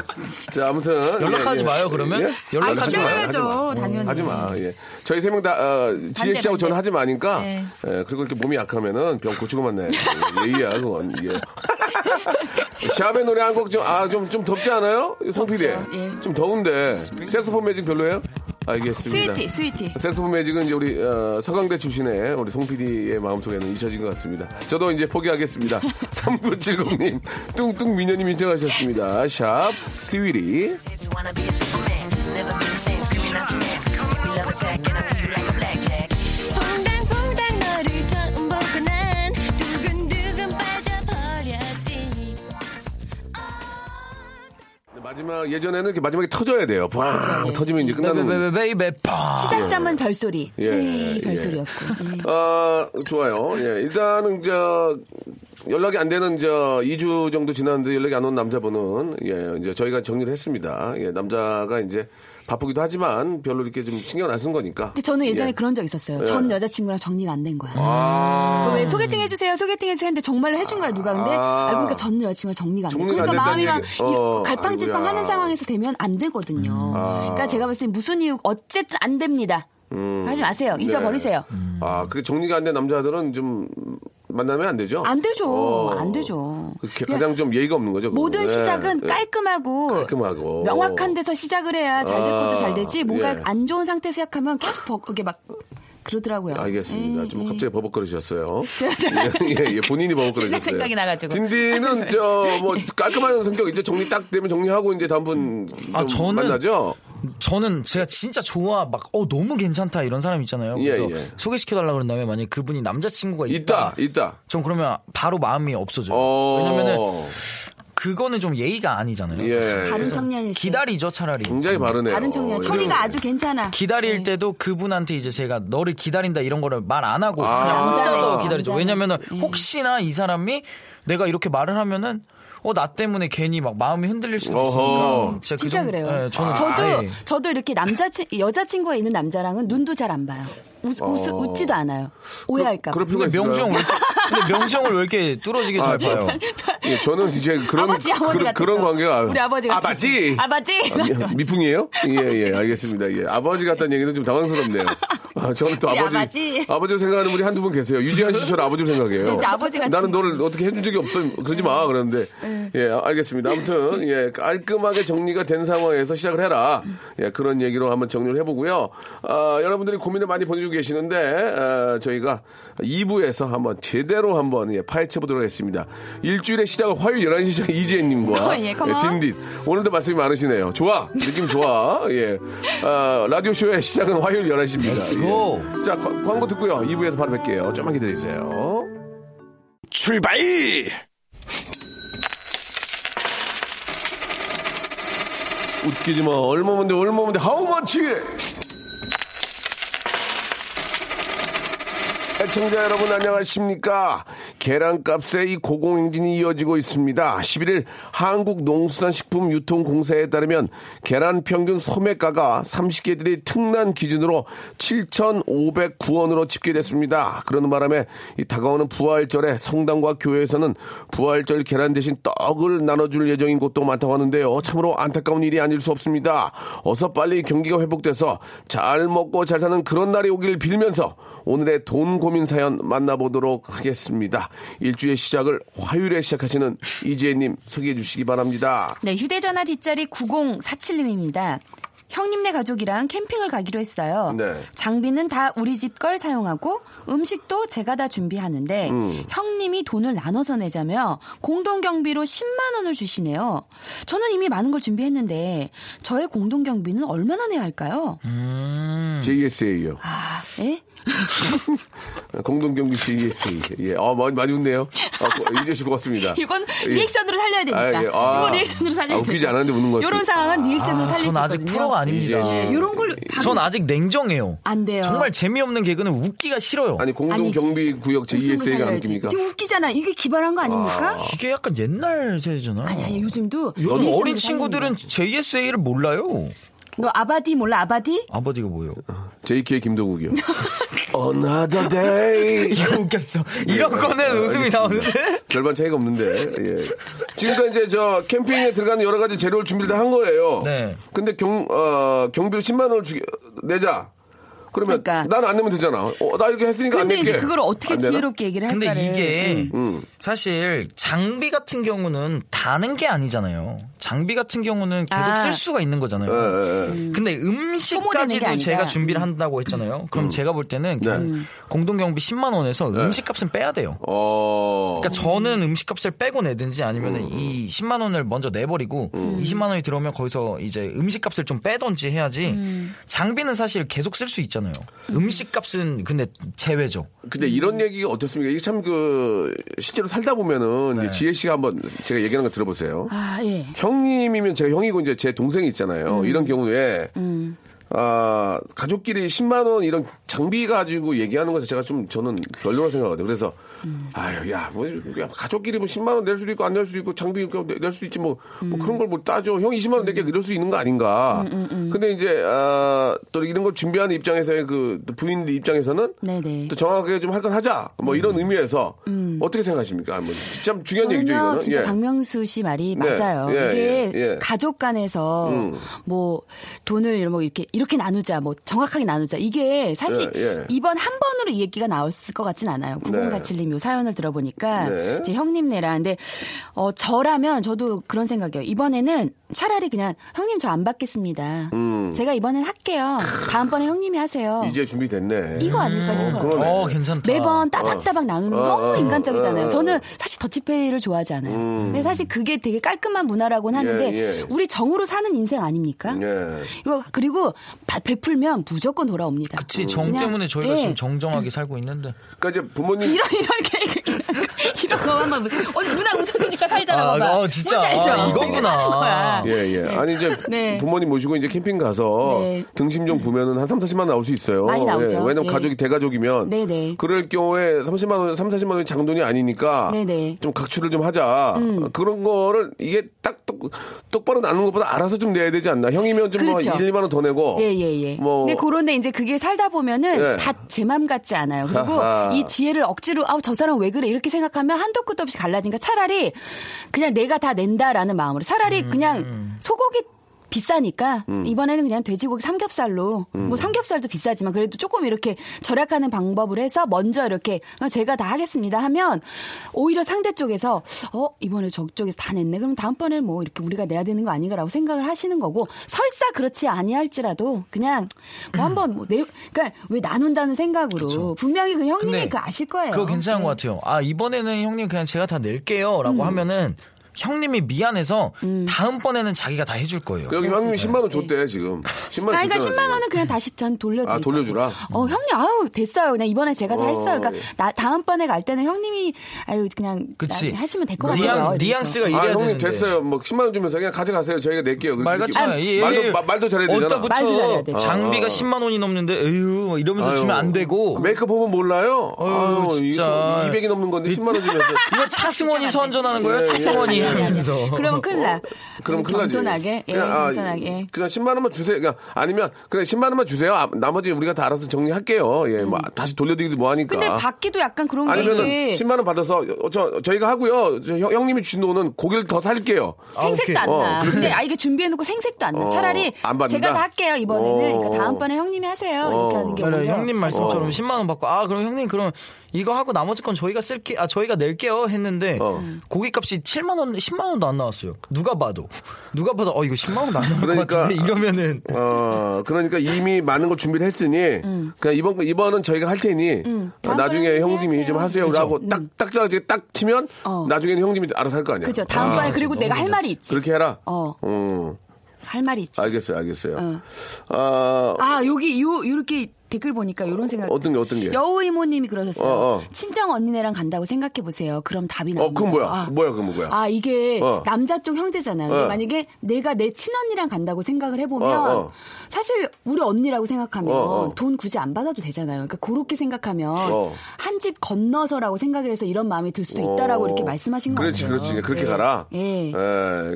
Speaker 2: 자 아무튼 예,
Speaker 7: 연락하지 마요, 그러면?
Speaker 6: 아,
Speaker 7: 연락하지 하지 마요, 마요.
Speaker 2: 하지
Speaker 6: 기다려야죠.
Speaker 2: 마.
Speaker 6: 당연히.
Speaker 2: 하지 마. 예. 저희 세 명 다 어, 지혜 씨하고
Speaker 6: 반대.
Speaker 2: 저는 하지 마니까.
Speaker 6: 네.
Speaker 2: 예, 그리고 이렇게 몸이 약하면은 병 고치고 만나야 돼. 예의야 그건. 예. 샵의 노래 한 곡 좀, 아, 좀, 좀 덥지 않아요? 성필이.
Speaker 6: 예.
Speaker 2: 좀 더운데. 섹스폰 매직 별로예요? 알겠습니다.
Speaker 6: 스위티, 스위티.
Speaker 2: 섹스폰 매직은 이제 우리 어, 서강대 출신의 우리 송PD의 마음속에는 잊혀진 것 같습니다. 저도 이제 포기하겠습니다. 3970님, 뚱뚱 미녀님 신청하셨습니다. 샵, 스위리.
Speaker 4: 퐁당퐁당 너를 처음 보고 난 두근두근 빠져버렸지
Speaker 2: 네, 마지막, 예전에는 이렇게 마지막에 터져야 돼요. 빵! 터지면 이제 끝나는.
Speaker 6: 네,
Speaker 7: 베베베베베 펑.
Speaker 6: 시작점은 별소리.
Speaker 2: 아, 예,
Speaker 6: 히
Speaker 2: 예.
Speaker 6: 별소리였고. 예.
Speaker 2: 아, 좋아요. 예, 일단은 저 연락이 안 되는 저 2주 정도 지났는데 연락이 안 온 남자분은 예, 이제 저희가 정리를 했습니다. 예, 남자가 이제 바쁘기도 하지만 별로 이렇게 좀 신경 안 쓴 거니까.
Speaker 6: 근데 저는 예전에
Speaker 2: 예. 아,
Speaker 6: 그런 적 있었어요. 전 여자친구랑 정리가 안 된 거야. 그왜 소개팅 해주세요, 소개팅 해주세요 했는데 정말로 해준 거야, 누가. 근데
Speaker 2: 아.
Speaker 6: 알고 보니까 전 여자친구가 정리가 안 돼.
Speaker 2: 정리가 안
Speaker 6: 그러니까 마음이 막
Speaker 2: 된다는 얘기. 어,
Speaker 6: 이- 갈팡질팡
Speaker 2: 아이고야. 음. 아.
Speaker 6: 하는 상황에서 되면 안 되거든요. 그러니까 제가 봤을 때 무슨 이유, 어쨌든 안 됩니다.
Speaker 2: 음.
Speaker 6: 하지 마세요. 잊어버리세요.
Speaker 2: 네. 아, 그게 정리가 안 된 남자들은 좀 만나면 안 되죠?
Speaker 6: 안 되죠.
Speaker 2: 어.
Speaker 6: 안 되죠. 그러니까
Speaker 2: 그게 가장 좀 예의가 없는 거죠. 그건.
Speaker 6: 모든
Speaker 2: 예.
Speaker 6: 시작은
Speaker 2: 예.
Speaker 6: 깔끔하고,
Speaker 2: 깔끔하고.
Speaker 6: 명확한 데서 시작을 해야 잘 될
Speaker 2: 아,
Speaker 6: 것도 잘 되지 뭔가
Speaker 2: 예.
Speaker 6: 안 좋은 상태에서 시작하면 계속 벅, 그게 막 그러더라고요.
Speaker 2: 알겠습니다.
Speaker 6: 예,
Speaker 2: 좀
Speaker 6: 예.
Speaker 2: 갑자기 버벅거리셨어요. 예, 예, 예, 본인이 버벅거리셨어요.
Speaker 6: 옛날 생각이 나가지고.
Speaker 2: 딘딘은 저 뭐 깔끔한 성격 이제 정리 딱 되면 정리하고 이제 다음분
Speaker 7: 아, 저는-
Speaker 2: 만나죠.
Speaker 7: 저는 제가 진짜 좋아 막 어 너무 괜찮다 이런 사람 있잖아요.
Speaker 2: 예,
Speaker 7: 그래서
Speaker 2: 예.
Speaker 7: 소개시켜 달라 그런 다음에 만약에 그분이 남자친구가 있다.
Speaker 2: 있다, 있다.
Speaker 7: 전 그러면 바로 마음이 없어져요.
Speaker 2: 어.
Speaker 7: 왜냐면은 그거는 좀 예의가 아니잖아요.
Speaker 2: 예. 어,
Speaker 6: 다른 청년이 있어요.
Speaker 7: 기다리죠 차라리.
Speaker 2: 굉장히 바르네요.
Speaker 6: 다른 청년 처리가 아주 괜찮아. 네.
Speaker 7: 기다릴 때도 그분한테 이제 제가 너를 기다린다 이런 거를 말 안 하고
Speaker 2: 아.
Speaker 7: 그냥 혼자서
Speaker 6: 남자네요.
Speaker 7: 기다리죠.
Speaker 6: 남자네.
Speaker 7: 왜냐면은 혹시나 이 사람이 내가 이렇게 말을 하면은 어 나 때문에 괜히 막 마음이 흔들릴 수도
Speaker 2: 어허.
Speaker 7: 있으니까
Speaker 6: 진짜,
Speaker 7: 그 정-
Speaker 6: 그래요.
Speaker 2: 네,
Speaker 7: 예, 저는
Speaker 6: 저도
Speaker 7: 아예
Speaker 6: 저도 이렇게 남자 친 여자 친구가 있는 남자랑은 눈도 잘 안 봐요. 웃, 웃,
Speaker 7: 어.
Speaker 6: 웃지도 않아요. 오해할까 봐.
Speaker 2: 그럴 필요가
Speaker 7: 근데 명수
Speaker 2: 있어요.
Speaker 7: 형왜 근데 명수 형을 왜 이렇게 뚫어지게 잘
Speaker 2: 아, 저-
Speaker 7: 봐요?
Speaker 2: 예, 저는 이제 그런
Speaker 6: 아버지, 아버지
Speaker 2: 그런, 그런
Speaker 6: 같았어.
Speaker 2: 관계가
Speaker 6: 우리 아버지 같았어.
Speaker 2: 아버지
Speaker 6: 아버지!
Speaker 2: 아, 미- 미풍이에요? 예예 알겠습니다. 예 아버지 같다는 얘기는 좀 당황스럽네요. 아, 저는 또
Speaker 6: 우리
Speaker 2: 아버지
Speaker 6: 아버지.
Speaker 2: 아버지를 생각하는 분이 한두 분 계세요. 유재한 씨처럼 아버지를 생각해요.
Speaker 6: 진짜 아버지 같은 네.
Speaker 2: 나는 너를 어떻게 해준 적이 없어 그러지 마 그러는데 예 아, 알겠습니다. 아무튼 예 깔끔하게 정리가 된 상황에서 시작을 해라. 예 그런 얘기로 한번 정리를 해보고요. 아, 여러분들이 고민을 많이 보내주고 계시는데 아, 저희가 2부에서 한번 제대로 한번 예, 파헤쳐 보도록 하겠습니다. 일주일의 시작을 화요일 11시 시작 이재님과
Speaker 6: 예, come on.
Speaker 2: 딘딘 오늘도 말씀이 많으시네요. 좋아 느낌 좋아 예 아, 라디오 쇼의 시작은 화요일 11시입니다. 예.
Speaker 1: Let's go.
Speaker 2: 자 광- 광고 듣고요. 2부에서 바로 뵐게요. 좀만 기다리세요.
Speaker 1: 출발!
Speaker 2: 웃기지 마. 얼마만데 얼마만데 how much? 애청자 여러분 안녕하십니까? 계란값의 이 고공행진이 이어지고 있습니다. 11일 한국농수산식품유통공사에 따르면 계란 평균 소매가가 30개들이 특난 기준으로 7,509원으로 집계됐습니다. 그러는 바람에 이 다가오는 부활절에 성당과 교회에서는 부활절 계란 대신 떡을 나눠줄 예정인 곳도 많다고 하는데요. 참으로 안타까운 일이 아닐 수 없습니다. 어서 빨리 경기가 회복돼서 잘 먹고 잘 사는 그런 날이 오길 빌면서 오늘의 돈 고민 사연 만나보도록 하겠습니다. 일주의 시작을 화요일에 시작하시는 이지혜님 소개해 주시기 바랍니다.
Speaker 6: 네, 휴대전화 뒷자리 9047님입니다. 형님네 가족이랑 캠핑을 가기로 했어요.
Speaker 2: 네.
Speaker 6: 장비는 다 우리 집 걸 사용하고 음식도 제가 다 준비하는데
Speaker 2: 음.
Speaker 6: 형님이 돈을 나눠서 내자며 공동 경비로 10만 원을 주시네요. 저는 이미 많은 걸 준비했는데 저의 공동 경비는 얼마나 내야 할까요?
Speaker 2: JSA요.
Speaker 6: 예?
Speaker 2: 공동경비 JSA. 예, 아, 많이, 많이 웃네요. 아, 고- 이재 씨 고맙습니다.
Speaker 6: 이건
Speaker 2: 예.
Speaker 6: 리액션으로 살려야 되니까.
Speaker 2: 아, 예. 아.
Speaker 6: 이거 리액션으로 살려야
Speaker 2: 아, 예.
Speaker 6: 되니까.
Speaker 2: 웃기지 않았는데 웃는 거였어요.
Speaker 6: 이런 상황은 리액션으로 살릴
Speaker 7: 전
Speaker 6: 수
Speaker 7: 아직
Speaker 6: 있거든요.
Speaker 7: 프로가 아닙니다.
Speaker 6: 이런 걸
Speaker 7: 전
Speaker 6: 방금-
Speaker 7: 아직 냉정해요.
Speaker 6: 안 돼요.
Speaker 7: 정말 재미없는 개그는 웃기가 싫어요.
Speaker 2: 아니 공동
Speaker 6: 아니지.
Speaker 2: 경비 구역 JSA가
Speaker 6: 웃음을
Speaker 2: 아닙니까?
Speaker 6: 살려야지. 지금 웃기잖아. 이게 기발한 거 아닙니까?
Speaker 7: 이게 약간 옛날 세대잖아.
Speaker 6: 아니, 아니, 요즘도.
Speaker 7: 요즘
Speaker 6: 리액션으로
Speaker 7: 어린 친구들은 JSA를 몰라요.
Speaker 6: 살리는 거. 너 아바디 몰라, 아바디?
Speaker 7: 아버지가 뭐예요?
Speaker 2: JK 김동욱이요. Another day.
Speaker 7: 이거 웃겼어. 이런 거는 웃음이 나오는데.
Speaker 2: 절반 차이가 없는데. 예. 지금까지 이제 저 캠핑에 들어가는 여러 가지 재료를 준비를 다 한 거예요.
Speaker 7: 네.
Speaker 2: 근데 경, 어, 경비로 10만 원을 주기, 내자. 그러면
Speaker 6: 그러니까.
Speaker 2: 난 안 내면 되잖아. 어, 나 이렇게 했으니까 안
Speaker 6: 근데
Speaker 2: 낼게.
Speaker 6: 이제 그걸 어떻게
Speaker 2: 안 되나?
Speaker 6: 지혜롭게 얘기를
Speaker 7: 근데
Speaker 6: 할까를.
Speaker 7: 이게
Speaker 2: 음.
Speaker 7: 사실 장비 같은 경우는 다는 게 아니잖아요. 장비 같은 경우는 계속
Speaker 6: 아.
Speaker 7: 쓸 수가 있는 거잖아요.
Speaker 2: 예, 예,
Speaker 6: 음.
Speaker 2: 예.
Speaker 7: 근데
Speaker 6: 소모되는 게
Speaker 7: 음식까지도
Speaker 6: 아니라.
Speaker 7: 제가 준비를 한다고 했잖아요. 그럼 제가 볼 때는 그냥 공동 경비 10만 원에서 음식값은 빼야 돼요.
Speaker 2: 어.
Speaker 7: 그러니까 저는 음식값을 빼고 내든지 아니면
Speaker 2: 음,
Speaker 7: 은이 10만 원을 먼저 내버리고 20만 원이 들어오면 거기서 이제 음식값을 좀 빼든지 해야지
Speaker 6: 음.
Speaker 7: 장비는 사실 계속 쓸 수 있잖아요. 음식값은 근데 제외죠.
Speaker 2: 근데 이런 얘기가 어떻습니까? 이게 참 그, 실제로 살다 보면은, 이제 지혜 씨가 한번 제가 얘기하는 거 들어보세요.
Speaker 6: 아, 예.
Speaker 2: 형님이면 제가 형이고 이제 제 동생이 있잖아요.
Speaker 6: 음.
Speaker 2: 이런 경우에 아 가족끼리 10만 원 이런 장비 가지고 얘기하는 거 자체가 좀 저는 별로라 생각하거든요. 그래서
Speaker 6: 음.
Speaker 2: 아유 야뭐 가족끼리 뭐 10만 원 낼 수도 있고 안 낼 수도 있고 장비 낼 수 있지 뭐, 뭐 그런 걸 뭐
Speaker 6: 음.
Speaker 2: 따져 형 20만 원 내게 이럴 수 있는 거 아닌가. 근데 이제 아, 또 이런 걸 준비하는 입장에서의 그 부인들 입장에서는
Speaker 6: 네네. 음.
Speaker 2: 또 정확하게 좀 할 건 하자 뭐 이런 의미에서 어떻게 생각하십니까? 아, 뭐참 중요한 얘기죠
Speaker 6: 저는요,
Speaker 2: 이거는.
Speaker 6: 진짜
Speaker 2: 예.
Speaker 6: 박명수 씨 말이
Speaker 2: 네,
Speaker 6: 맞아요.
Speaker 2: 예,
Speaker 6: 이게
Speaker 2: 예, 음. 예.
Speaker 6: 가족 간에서 뭐 돈을 뭐 이렇게 이렇게 나누자, 뭐 정확하게 나누자. 이게 사실
Speaker 2: 예, 예.
Speaker 6: 이번 한 번으로 이 얘기가 나왔을 것 같진 않아요. 9047님 요 사연을 들어보니까
Speaker 2: 네.
Speaker 6: 이제 형님네라 근데 어 저라면 저도 그런 생각이에요. 이번에는 차라리 그냥 형님 저 안 받겠습니다. 제가 이번엔 할게요. 다음번에 형님이 하세요.
Speaker 2: 음. 이제 준비됐네.
Speaker 6: 이거 아닐까 싶어요.
Speaker 2: 그러네.
Speaker 7: 어 괜찮다.
Speaker 6: 매번 따박따박 나누는 거
Speaker 2: 어,
Speaker 6: 너무
Speaker 2: 어,
Speaker 6: 인간적이잖아요.
Speaker 2: 어, 어.
Speaker 6: 저는 사실 더치페이를 좋아하지 않아요. 근데 사실 그게 되게 깔끔한 문화라고는 하는데
Speaker 2: 예, 예.
Speaker 6: 우리 정으로 사는 인생 아닙니까?
Speaker 2: 예.
Speaker 6: 이거 그리고 바- 베풀면 무조건 돌아옵니다.
Speaker 2: 음.
Speaker 7: 그치 정
Speaker 6: 그냥,
Speaker 7: 때문에 저희가
Speaker 6: 예.
Speaker 7: 지금 정정하게 살고 있는데
Speaker 2: 그러니까 이제 부모님
Speaker 6: 이런 이런 계획, 이런 이런 거 한번 언니 누나 웃어주니까 살잖아.
Speaker 7: 아,
Speaker 6: 봐봐.
Speaker 7: 어, 진짜.
Speaker 6: 뭔지 알죠?
Speaker 7: 아,
Speaker 6: 이거
Speaker 7: 이거구나.
Speaker 6: 사는 거야.
Speaker 2: 예, 예. 아니, 이제
Speaker 6: 네.
Speaker 2: 부모님 모시고 이제 캠핑 가서
Speaker 6: 네.
Speaker 2: 등심종 보면은 한 3, 40만원 나올 수 있어요.
Speaker 6: 많이 나오죠.
Speaker 2: 예, 왜냐면
Speaker 6: 예.
Speaker 2: 가족이 대가족이면.
Speaker 6: 네, 네.
Speaker 2: 그럴 경우에 30만원, 3, 40만원이 장돈이 아니니까.
Speaker 6: 네, 음. 네.
Speaker 2: 좀 각출을 좀 하자. 그런 거를 이게 딱 똑, 똑바로 나누는 것보다 알아서 좀 내야 되지 않나. 형이면 좀뭐
Speaker 6: 그렇죠.
Speaker 2: 1, 2만원 더 내고.
Speaker 6: 예, 예, 예.
Speaker 2: 뭐.
Speaker 6: 근데 그런데 이제 그게 살다 보면은
Speaker 2: 예.
Speaker 6: 다 제 맘 같지 않아요. 그리고
Speaker 2: 하하.
Speaker 6: 이 지혜를 억지로, 아우, 저 사람 왜 그래? 이렇게 생각하면 한도 끝도 없이 갈라지니까 차라리 그냥 내가 다 낸다라는 마음으로 차라리 그냥 소고기 비싸니까 이번에는 그냥 돼지고기 삼겹살로 뭐 삼겹살도 비싸지만 그래도 조금 이렇게 절약하는 방법을 해서 먼저 이렇게 어, 제가 다 하겠습니다 하면 오히려 상대 쪽에서 어 이번에 저쪽에서 다 냈네 그럼 다음번에는 뭐 이렇게 우리가 내야 되는 거 아닌가라고 생각을 하시는 거고 설사 그렇지 아니할지라도 그냥 뭐 한번 뭐 내, 그러니까 왜 나눈다는 생각으로 분명히 그 형님이
Speaker 7: 근데
Speaker 6: 그 아실 거예요. 네.
Speaker 7: 그거 괜찮은 것 같아요. 아 이번에는 형님 그냥 제가 다 낼게요라고
Speaker 6: 음.
Speaker 7: 하면은 형님이 미안해서 다음번에는 자기가 다 해줄 거예요.
Speaker 2: 여기 그 형님이 10만원 줬대, 지금. 10만원
Speaker 6: 아, 네.
Speaker 2: 줬잖아,
Speaker 6: 그러니까 10만
Speaker 2: 지금.
Speaker 6: 원은 그냥 다시 전 돌려드릴
Speaker 2: 아, 돌려주라?
Speaker 6: 거고. 어, 형님, 아우, 됐어요. 그냥 이번에 제가 다
Speaker 2: 어,
Speaker 6: 했어요. 그러니까
Speaker 2: 예.
Speaker 6: 나- 다음번에 갈 때는 형님이 아유, 그냥
Speaker 7: 그치.
Speaker 6: 나- 하시면 될 것 같아요. 그러니까.
Speaker 7: 뉘앙,
Speaker 6: 이러면서.
Speaker 7: 뉘앙스가 이래야
Speaker 2: 아, 형님
Speaker 7: 되는데.
Speaker 2: 됐어요. 뭐 10만원 주면서 그냥 가져가세요. 저희가 낼게요. 그
Speaker 7: 말 같지 않아요. 예, 예.
Speaker 2: 말도, 마- 말도 잘해야 되잖아.
Speaker 7: 어디다
Speaker 6: 말도 잘해야
Speaker 7: 붙여
Speaker 6: 돼.
Speaker 7: 장비가
Speaker 2: 아.
Speaker 7: 10만 원이 넘는데 에휴 이러면서
Speaker 2: 아유,
Speaker 7: 주면 안 되고
Speaker 2: 메이크업 보면 몰라요.
Speaker 7: 아유,
Speaker 2: 아유,
Speaker 7: 진짜. 그
Speaker 2: 200이 넘는 건데 10만 원 주면
Speaker 7: 이거 차승원이 선전하는 거예요.
Speaker 2: 네,
Speaker 7: 차승원이
Speaker 6: 아니, 아니, 아니.
Speaker 7: 하면서
Speaker 6: 그러면 큰일 나.
Speaker 2: 어? 그럼 큰일 나지.
Speaker 6: 겸손하게. 예,
Speaker 2: 그냥, 아,
Speaker 6: 겸손하게. 예.
Speaker 2: 그냥 10만 원만 주세요. 그냥 아니면 그냥 10만 원만 주세요. 아, 나머지 우리가 다 알아서 정리할게요. 예, 뭐 다시 돌려드리기도 뭐 하니까.
Speaker 6: 음. 근데 받기도 약간 그런 게
Speaker 2: 아니면은
Speaker 6: 이게
Speaker 2: 10만 원 받아서 어, 저 저희가 하고요. 저 형, 형님이 주신 돈은 고기를 더 살게요.
Speaker 7: 아,
Speaker 6: 생색도 안
Speaker 2: 어,
Speaker 6: 나.
Speaker 2: 그렇게.
Speaker 6: 근데 아 이게 준비해놓고 생색도 안 나.
Speaker 2: 어,
Speaker 6: 차라리
Speaker 2: 안 받는다?
Speaker 6: 제가 다 할게요 이번에는.
Speaker 2: 어.
Speaker 6: 그러니까 다음번에 형님이 하세요. 이렇게
Speaker 2: 어.
Speaker 6: 하는 게
Speaker 7: 그래,
Speaker 6: 오히려.
Speaker 7: 형님 말씀처럼 10만 원 받고 아 그럼 형님 그럼 이거 하고 나머지 건 저희가 쓸게 아 저희가 낼게요 했는데
Speaker 2: 어.
Speaker 7: 고기값이 7만 원 10만 원도 안 나왔어요 누가 봐도 누가 봐도 어 이거 10만 원도 안 나올
Speaker 2: 그러니까-
Speaker 7: 것 같은데 이러면은
Speaker 2: 어, 그러니까 이미 많은 걸 준비를 했으니, 그냥 이번, 이번은 저희가 할 테니, 어, 나중에
Speaker 6: 음. 다음번에
Speaker 2: 형님이 좀 하세요. 라고 딱, 딱, 딱, 딱 치면,
Speaker 6: 어.
Speaker 2: 나중에는 형님이 알아서 할 거 아니야.
Speaker 6: 그죠. 다음번에 그리고 내가 할 말이 있지.
Speaker 2: 그렇게 해라.
Speaker 6: 어.
Speaker 2: 음,
Speaker 6: 할 말이 있지.
Speaker 2: 알겠어요, 알겠어요.
Speaker 6: 어.
Speaker 2: 아,
Speaker 6: 아 여기 요 요렇게 댓글 보니까 요런 생각.
Speaker 2: 어떤 게, 어떤 게?
Speaker 6: 여우이모님이 그러셨어요.
Speaker 2: 어, 어.
Speaker 6: 친정 언니네랑 간다고 생각해 보세요. 그럼 답이 나옵니다.
Speaker 2: 어, 그건 뭐야?
Speaker 6: 아,
Speaker 2: 뭐야, 그건 뭐야?
Speaker 6: 아, 이게
Speaker 2: 어.
Speaker 6: 남자 쪽 형제잖아요. 근데
Speaker 2: 어.
Speaker 6: 만약에 내가 내 친언니랑 간다고 생각을 해보면
Speaker 2: 어, 어.
Speaker 6: 사실 우리 언니라고 생각하면
Speaker 2: 어, 어.
Speaker 6: 돈 굳이 안 받아도 되잖아요. 그러니까 그렇게 생각하면
Speaker 2: 어.
Speaker 6: 한 집 건너서라고 생각을 해서 이런 마음이 들 수도 있다라고
Speaker 2: 어.
Speaker 6: 이렇게 말씀하신 거예요.
Speaker 2: 그렇지, 그렇지. 그렇게 가라.
Speaker 6: 예.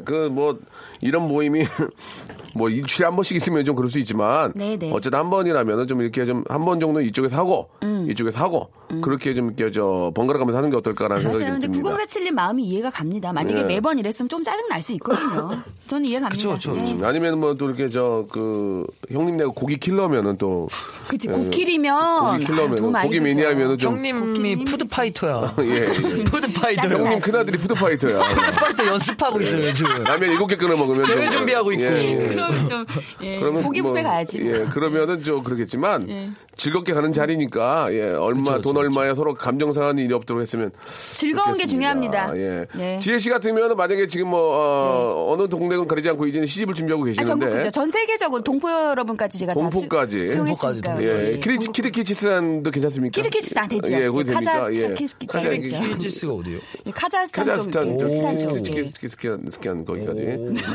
Speaker 2: 그, 뭐, 이런 모임이, 뭐, 일주일에 한 번씩 있으면 좀 그럴 수 있지만.
Speaker 6: 네, 네.
Speaker 2: 어쨌든 한 번이라면은 좀 이렇게 좀, 한 번 정도 이쪽에서 하고,
Speaker 6: 음.
Speaker 2: 이쪽에서 하고, 그렇게 좀 이렇게 저, 번갈아가면서 하는 게 어떨까라는 생각이
Speaker 6: 맞아요.
Speaker 2: 좀
Speaker 6: 근데
Speaker 2: 듭니다.
Speaker 6: 9047님 마음이 이해가 갑니다. 만약에
Speaker 2: 예.
Speaker 6: 매번 이랬으면 좀 짜증 날 수 있거든요. 저는 이해 갑니다.
Speaker 7: 그쵸, 그쵸.
Speaker 6: 예.
Speaker 2: 음, 아니면 뭐 또 이렇게 저, 그, 형님 내가 고기 킬러면은 또,
Speaker 6: 그치
Speaker 2: 예.
Speaker 6: 고킬이면 아,
Speaker 2: 고기 킬러면은, 고기 매니아면은 좀.
Speaker 7: 형님이 푸드파이터야
Speaker 2: 예, 예.
Speaker 6: 네.
Speaker 7: 푸드파이터
Speaker 2: 형님 큰아들이 푸드파이터야.
Speaker 7: 푸드파이터 연습하고 있어요 지금
Speaker 2: 라면 일곱 개 끓여 먹으면.
Speaker 7: 대회
Speaker 2: 좀- 예,
Speaker 7: 준비하고 있고.
Speaker 6: 그러면 좀 예,
Speaker 2: 그러면
Speaker 6: 고기
Speaker 2: 뭐,
Speaker 6: 뷔페 가야지.
Speaker 2: 예, 그러면은 좀 그러겠지만
Speaker 6: 예.
Speaker 2: 즐겁게 가는 자리니까 예, 얼마 돈 얼마야 서로 감정 상하는 일이 없도록 했으면
Speaker 6: 즐거운 게
Speaker 2: 좋겠습니다.
Speaker 6: 중요합니다.
Speaker 2: 예.
Speaker 6: 네.
Speaker 2: 지혜 씨 같은 경우는 만약에 지금 뭐 어, 느 동네건 가리지 않고 이제 시집을 준비하고
Speaker 6: 아, 전국
Speaker 2: 계시는데
Speaker 6: 그죠. 전 세계적으로 동포 여러분까지 제가
Speaker 2: 동포까지.
Speaker 6: 다 수,
Speaker 7: 동포까지,
Speaker 6: 수용했으니까.
Speaker 2: 예,
Speaker 6: 예,
Speaker 2: 키리
Speaker 6: 전국-
Speaker 2: 키르키치스탄도 괜찮습니까?
Speaker 6: 키르키치스탄 되죠.
Speaker 2: 예, 거기
Speaker 6: 예,
Speaker 2: 됩니까?
Speaker 6: 카자-
Speaker 2: 예.
Speaker 6: 키르키스-
Speaker 2: 카자-
Speaker 6: 되겠죠.
Speaker 7: 퀴즈스가 어디요?
Speaker 6: 예, 카자흐스탄 쪽,
Speaker 2: 카자흐스탄,
Speaker 6: 예, 키르키스탄 쪽. 예.
Speaker 2: 키르키스탄 거기까지.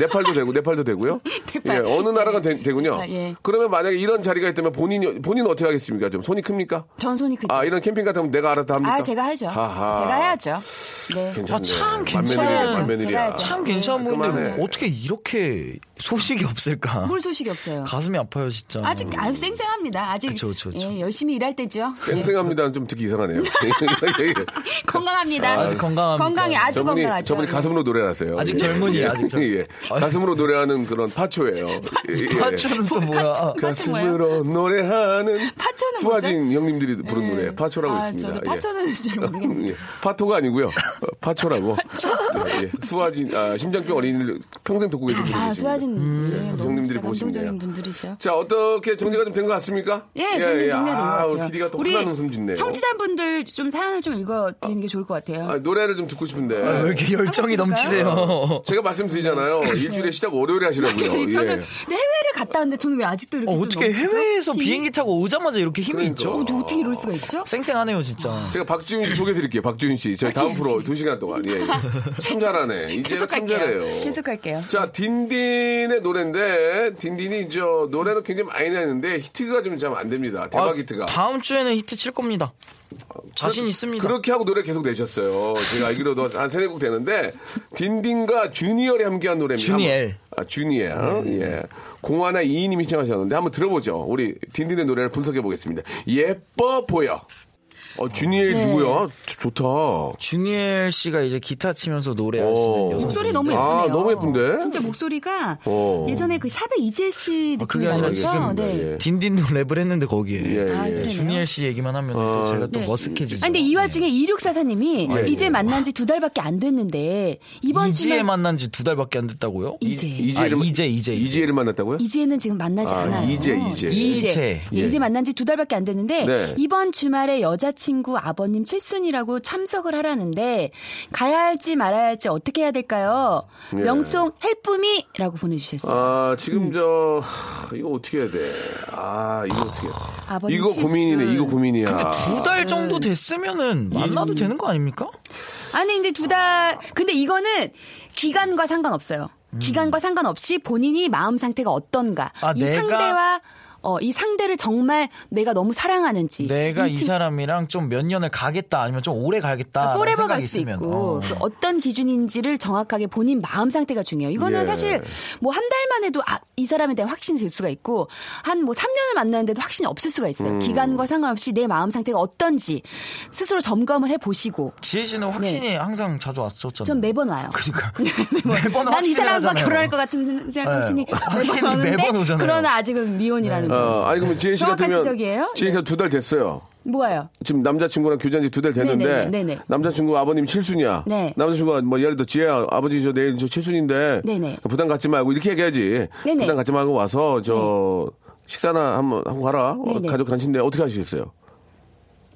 Speaker 2: 네팔도 되고, 네팔도 되고요. 예, 어느 나라가 되, 군요
Speaker 6: 아, 예.
Speaker 2: 그러면 만약에 이런 자리가 있다면 본인 본인 어떻게 하겠습니까? 좀 손이 큽니까?
Speaker 6: 전손이 크죠.
Speaker 2: 아 이런 캠핑 같은 건 내가 알아서 합니까?
Speaker 6: 아, 제가 하죠.
Speaker 2: 하하. 그
Speaker 6: 제가 해야죠. 네.
Speaker 2: 괜찮네.
Speaker 7: 아, 참
Speaker 2: 만면일이야,
Speaker 7: 괜찮아요.
Speaker 2: 만면일이야.
Speaker 6: 제가
Speaker 7: 참 괜찮은
Speaker 2: 음, 그만해.
Speaker 7: 분인데 어떻게 이렇게 소식이 없을까?
Speaker 6: 볼 소식이 없어요.
Speaker 7: 가슴이 아파요 진짜.
Speaker 6: 아직 아유 쌩쌩합니다. 아직
Speaker 7: 그쵸, 그쵸, 그쵸.
Speaker 6: 예, 열심히 일할 때죠. 예,
Speaker 2: 예, 쌩쌩합니다는 좀 듣기 이상하네요. 예, 예.
Speaker 6: 건강합니다.
Speaker 7: 아주 건강합니다.
Speaker 6: 건강해 아주
Speaker 2: 저분이
Speaker 6: 건강하죠.
Speaker 2: 저분이
Speaker 6: 예.
Speaker 2: 가슴으로 노래하세요.
Speaker 7: 아직 젊은이에요,
Speaker 2: 예.
Speaker 7: 아직 젊-
Speaker 2: 예. 가슴으로 노래하는 그런 파초예요. 예, 예.
Speaker 7: 파초는 또 뭐야?
Speaker 2: 가슴으로 그 노래하는
Speaker 6: 파초는
Speaker 2: 수화진 형님들이 부른
Speaker 6: 예.
Speaker 2: 노래 파초라고
Speaker 6: 아,
Speaker 2: 있습니다.
Speaker 6: 저도
Speaker 2: 예.
Speaker 6: 파초는 잘 모르겠네요.
Speaker 2: 예. 파토가 아니고요. 어, 파초라고. 예, 예. 수화진 아, 심장병 어린이를 평생 돕고 계신 분이 계십니다.
Speaker 6: 아, 수아진
Speaker 2: 음.
Speaker 6: 예, 너무
Speaker 2: 형님들이
Speaker 6: 진짜
Speaker 2: 보시네요.
Speaker 6: 감동적인 분들이죠.
Speaker 2: 자 어떻게 정리가 좀 된 것 같습니까?
Speaker 6: 예, 정리 정리가 된것
Speaker 2: 아,
Speaker 6: 같아요.
Speaker 2: 우리 PD가 또 흔한 웃음 짓네요.
Speaker 6: 청취자분들 좀 사연을 좀 읽어드리는 게 좋을 것 같아요.
Speaker 2: 아, 노래를 좀 듣고 싶은데
Speaker 7: 아, 왜 이렇게 열정이
Speaker 6: 어,
Speaker 7: 넘치세요? 어,
Speaker 2: 제가 말씀드리잖아요. 일주일에 시작 월요일에 하시라고요.
Speaker 6: 네. 저는
Speaker 2: 예.
Speaker 6: 근데 해외를 갔다 왔는데 저는 왜 아직도 이렇게
Speaker 7: 어,
Speaker 6: 좀
Speaker 7: 어떻게
Speaker 6: 넘치죠?
Speaker 7: 해외에서
Speaker 6: 힘이?
Speaker 7: 비행기 아, 자고 오자마자 이렇게 힘이
Speaker 2: 그러니까.
Speaker 7: 있죠?
Speaker 6: 어떻게 이럴 수가 있죠?
Speaker 7: 쌩쌩하네요, 진짜.
Speaker 2: 제가 박지훈 씨 소개해드릴게요. 박지훈 씨. 저희 다음 프로 두시간 동안. 예, 예. 참 잘하네. 이제는 참 잘해요.
Speaker 6: 계속 할게요.
Speaker 2: 자, 딘딘의 노래인데, 딘딘이 저 노래는 굉장히 많이 내는데, 히트가 좀 잘 안 됩니다. 대박 히트가.
Speaker 7: 아,
Speaker 2: 어,
Speaker 7: 다음 주에는 히트 칠 겁니다. 자신 있습니다.
Speaker 2: 그렇게 하고 노래 계속 내셨어요. 제가 알기로도 한 세네 곡 되는데, 딘딘과 주니얼이 함께한 노래입니다.
Speaker 7: 주니엘. 네.
Speaker 2: 한번- 아, 주니엘. 예. 공화나 이인님이 신청하셨는데, 한번 들어보죠. 우리 딘딘의 노래를 분석해 보겠습니다. 예뻐 보여. 어, 주니엘
Speaker 7: 네.
Speaker 2: 누구야? 좋- 좋다.
Speaker 7: 주니엘 씨가 이제 기타 치면서 노래하시는
Speaker 2: 오.
Speaker 7: 여성.
Speaker 6: 목소리 너무 예쁘네요.
Speaker 2: 아, 너무 예쁜데? 어.
Speaker 6: 진짜 목소리가
Speaker 2: 오.
Speaker 6: 예전에 그 샵의 이재 씨 느낌이
Speaker 7: 그게 아니라 지금
Speaker 2: 예,
Speaker 6: 네.
Speaker 7: 딘딘도 랩을 했는데 거기에
Speaker 6: 아, 그래요?
Speaker 7: 주니엘 씨 얘기만 하면
Speaker 2: 어.
Speaker 7: 또 제가 또
Speaker 6: 네.
Speaker 7: 머쓱해지죠.
Speaker 6: 아, 근데 이 와중에 2644님이
Speaker 7: 예,
Speaker 6: 이제
Speaker 7: 예.
Speaker 6: 만난 지 두 달밖에 안 됐는데 이번
Speaker 7: 이지에
Speaker 6: 주에
Speaker 7: 만난 지 두 달밖에 안 됐다고요?
Speaker 6: 이제.
Speaker 7: 아, 이제 이제
Speaker 2: 이지혜를 만났다고요?
Speaker 6: 이제는 지금 만나지
Speaker 2: 아,
Speaker 6: 않아요. 어.
Speaker 2: 이제, 이제.
Speaker 7: 이제.
Speaker 6: 예,
Speaker 2: 예.
Speaker 6: 이제 만난 지 두 달밖에 안 됐는데
Speaker 2: 네.
Speaker 6: 이번 주말에 여자친구 아버님 칠순이라고 참석을 하라는데 가야 할지 말아야 할지 어떻게 해야 될까요?
Speaker 2: 예.
Speaker 6: 명송 헬쁨이라고 보내주셨어요.
Speaker 2: 아, 지금 저, 하, 이거 어떻게 해야 돼? 아, 이거 어떻게. 해야 돼?
Speaker 6: 아버님
Speaker 2: 이거
Speaker 6: 실수.
Speaker 2: 고민이네, 이거
Speaker 6: 그러니까
Speaker 2: 고민이야.
Speaker 7: 두 달 정도
Speaker 2: 음.
Speaker 7: 됐으면은 만나도 되는 거 아닙니까?
Speaker 6: 아니 근데 두 달 근데 이거는 기간과 상관없어요. 기간과 상관없이 본인이 마음 상태가 어떤가
Speaker 7: 음. 아,
Speaker 6: 이
Speaker 7: 내가-
Speaker 6: 상대와 어, 이 상대를 정말 내가 너무 사랑하는지
Speaker 7: 내가 이
Speaker 6: 친-
Speaker 7: 사람이랑 좀 몇 년을 가겠다 아니면 좀 오래 가겠다 라는
Speaker 6: 포레버
Speaker 7: 생각이
Speaker 6: 갈 수
Speaker 7: 있으면
Speaker 6: 있고
Speaker 7: 어.
Speaker 6: 그 어떤 기준인지를 정확하게 본인 마음 상태가 중요해요. 이거는
Speaker 7: 예.
Speaker 6: 사실 뭐 한 달만 해도 아, 이 사람에 대한 확신이 들 수가 있고 한 뭐 3년을 만나는데도 확신이 없을 수가 있어요.
Speaker 7: 음.
Speaker 6: 기간과 상관없이 내 마음 상태가 어떤지 스스로 점검을 해보시고
Speaker 7: 지혜 씨는 확신이 항상 자주 왔었잖아요.
Speaker 6: 네. 전 매번 와요.
Speaker 7: 그러니까 매번
Speaker 6: 난 이
Speaker 7: 확신을
Speaker 6: 사람과
Speaker 7: 하잖아요.
Speaker 6: 결혼할 것 같은 생각
Speaker 2: 네.
Speaker 6: 확신이
Speaker 2: 확신이
Speaker 6: 매번 오는데
Speaker 2: 매번 오잖아요.
Speaker 6: 그러나 아직은 미혼이라는 점.
Speaker 2: 어, 아니, 그러면 지혜 씨
Speaker 6: 정확한
Speaker 2: 같으면.
Speaker 6: 지적이에요? 네.
Speaker 2: 지혜가 두 달 됐어요.
Speaker 6: 뭐예요?
Speaker 2: 지금 남자친구랑 교제한 지 두 달 됐는데
Speaker 6: 네네네, 네네.
Speaker 2: 남자친구 아버님 칠순이야.
Speaker 6: 네.
Speaker 2: 남자친구가 뭐 예를 들어 지혜야 아버지 저 내일 저 칠순인데
Speaker 6: 네네.
Speaker 2: 부담 갖지 말고 이렇게 얘기해야지.
Speaker 6: 네네. 네.
Speaker 2: 부담 갖지 말고 와서 저 식사나 한번 하고 가라. 어,
Speaker 6: 네네.
Speaker 2: 가족 단신데 어떻게 하시겠어요?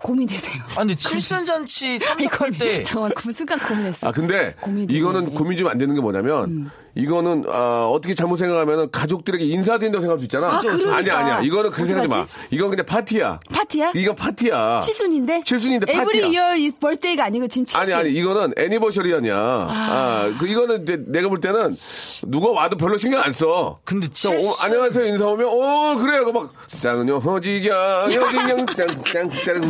Speaker 6: 고민되네요.
Speaker 7: 아 근데 칠순잔치 참석할 때
Speaker 6: 정말 그 순간 고민했어.
Speaker 2: 아 근데
Speaker 6: 고민이 음.
Speaker 2: 이거는 고민 좀 안 되는 게 뭐냐면 이거는 아, 어떻게 잘못 생각하면 가족들에게 인사드린다고 생각할 수 있잖아.
Speaker 6: 아, 그러니까.
Speaker 2: 아니야 아니야. 이거는 그렇게 생각하지 마. 이건 그냥 파티야.
Speaker 6: 파티야?
Speaker 2: 이거 파티야.
Speaker 6: 칠순인데?
Speaker 2: 칠순인데 파티야.
Speaker 6: 에브리 이어 벌떼가 아니고 지금 칠순.
Speaker 2: 아니 아니 이거는 애니버셜이 아니야. 아, 그 이거는 이제 내가 볼 때는 누가 와도 별로 신경 안 써. 근데 안녕하세요 인사 오면 어 그래 그막 쌍은요 허지경 허지경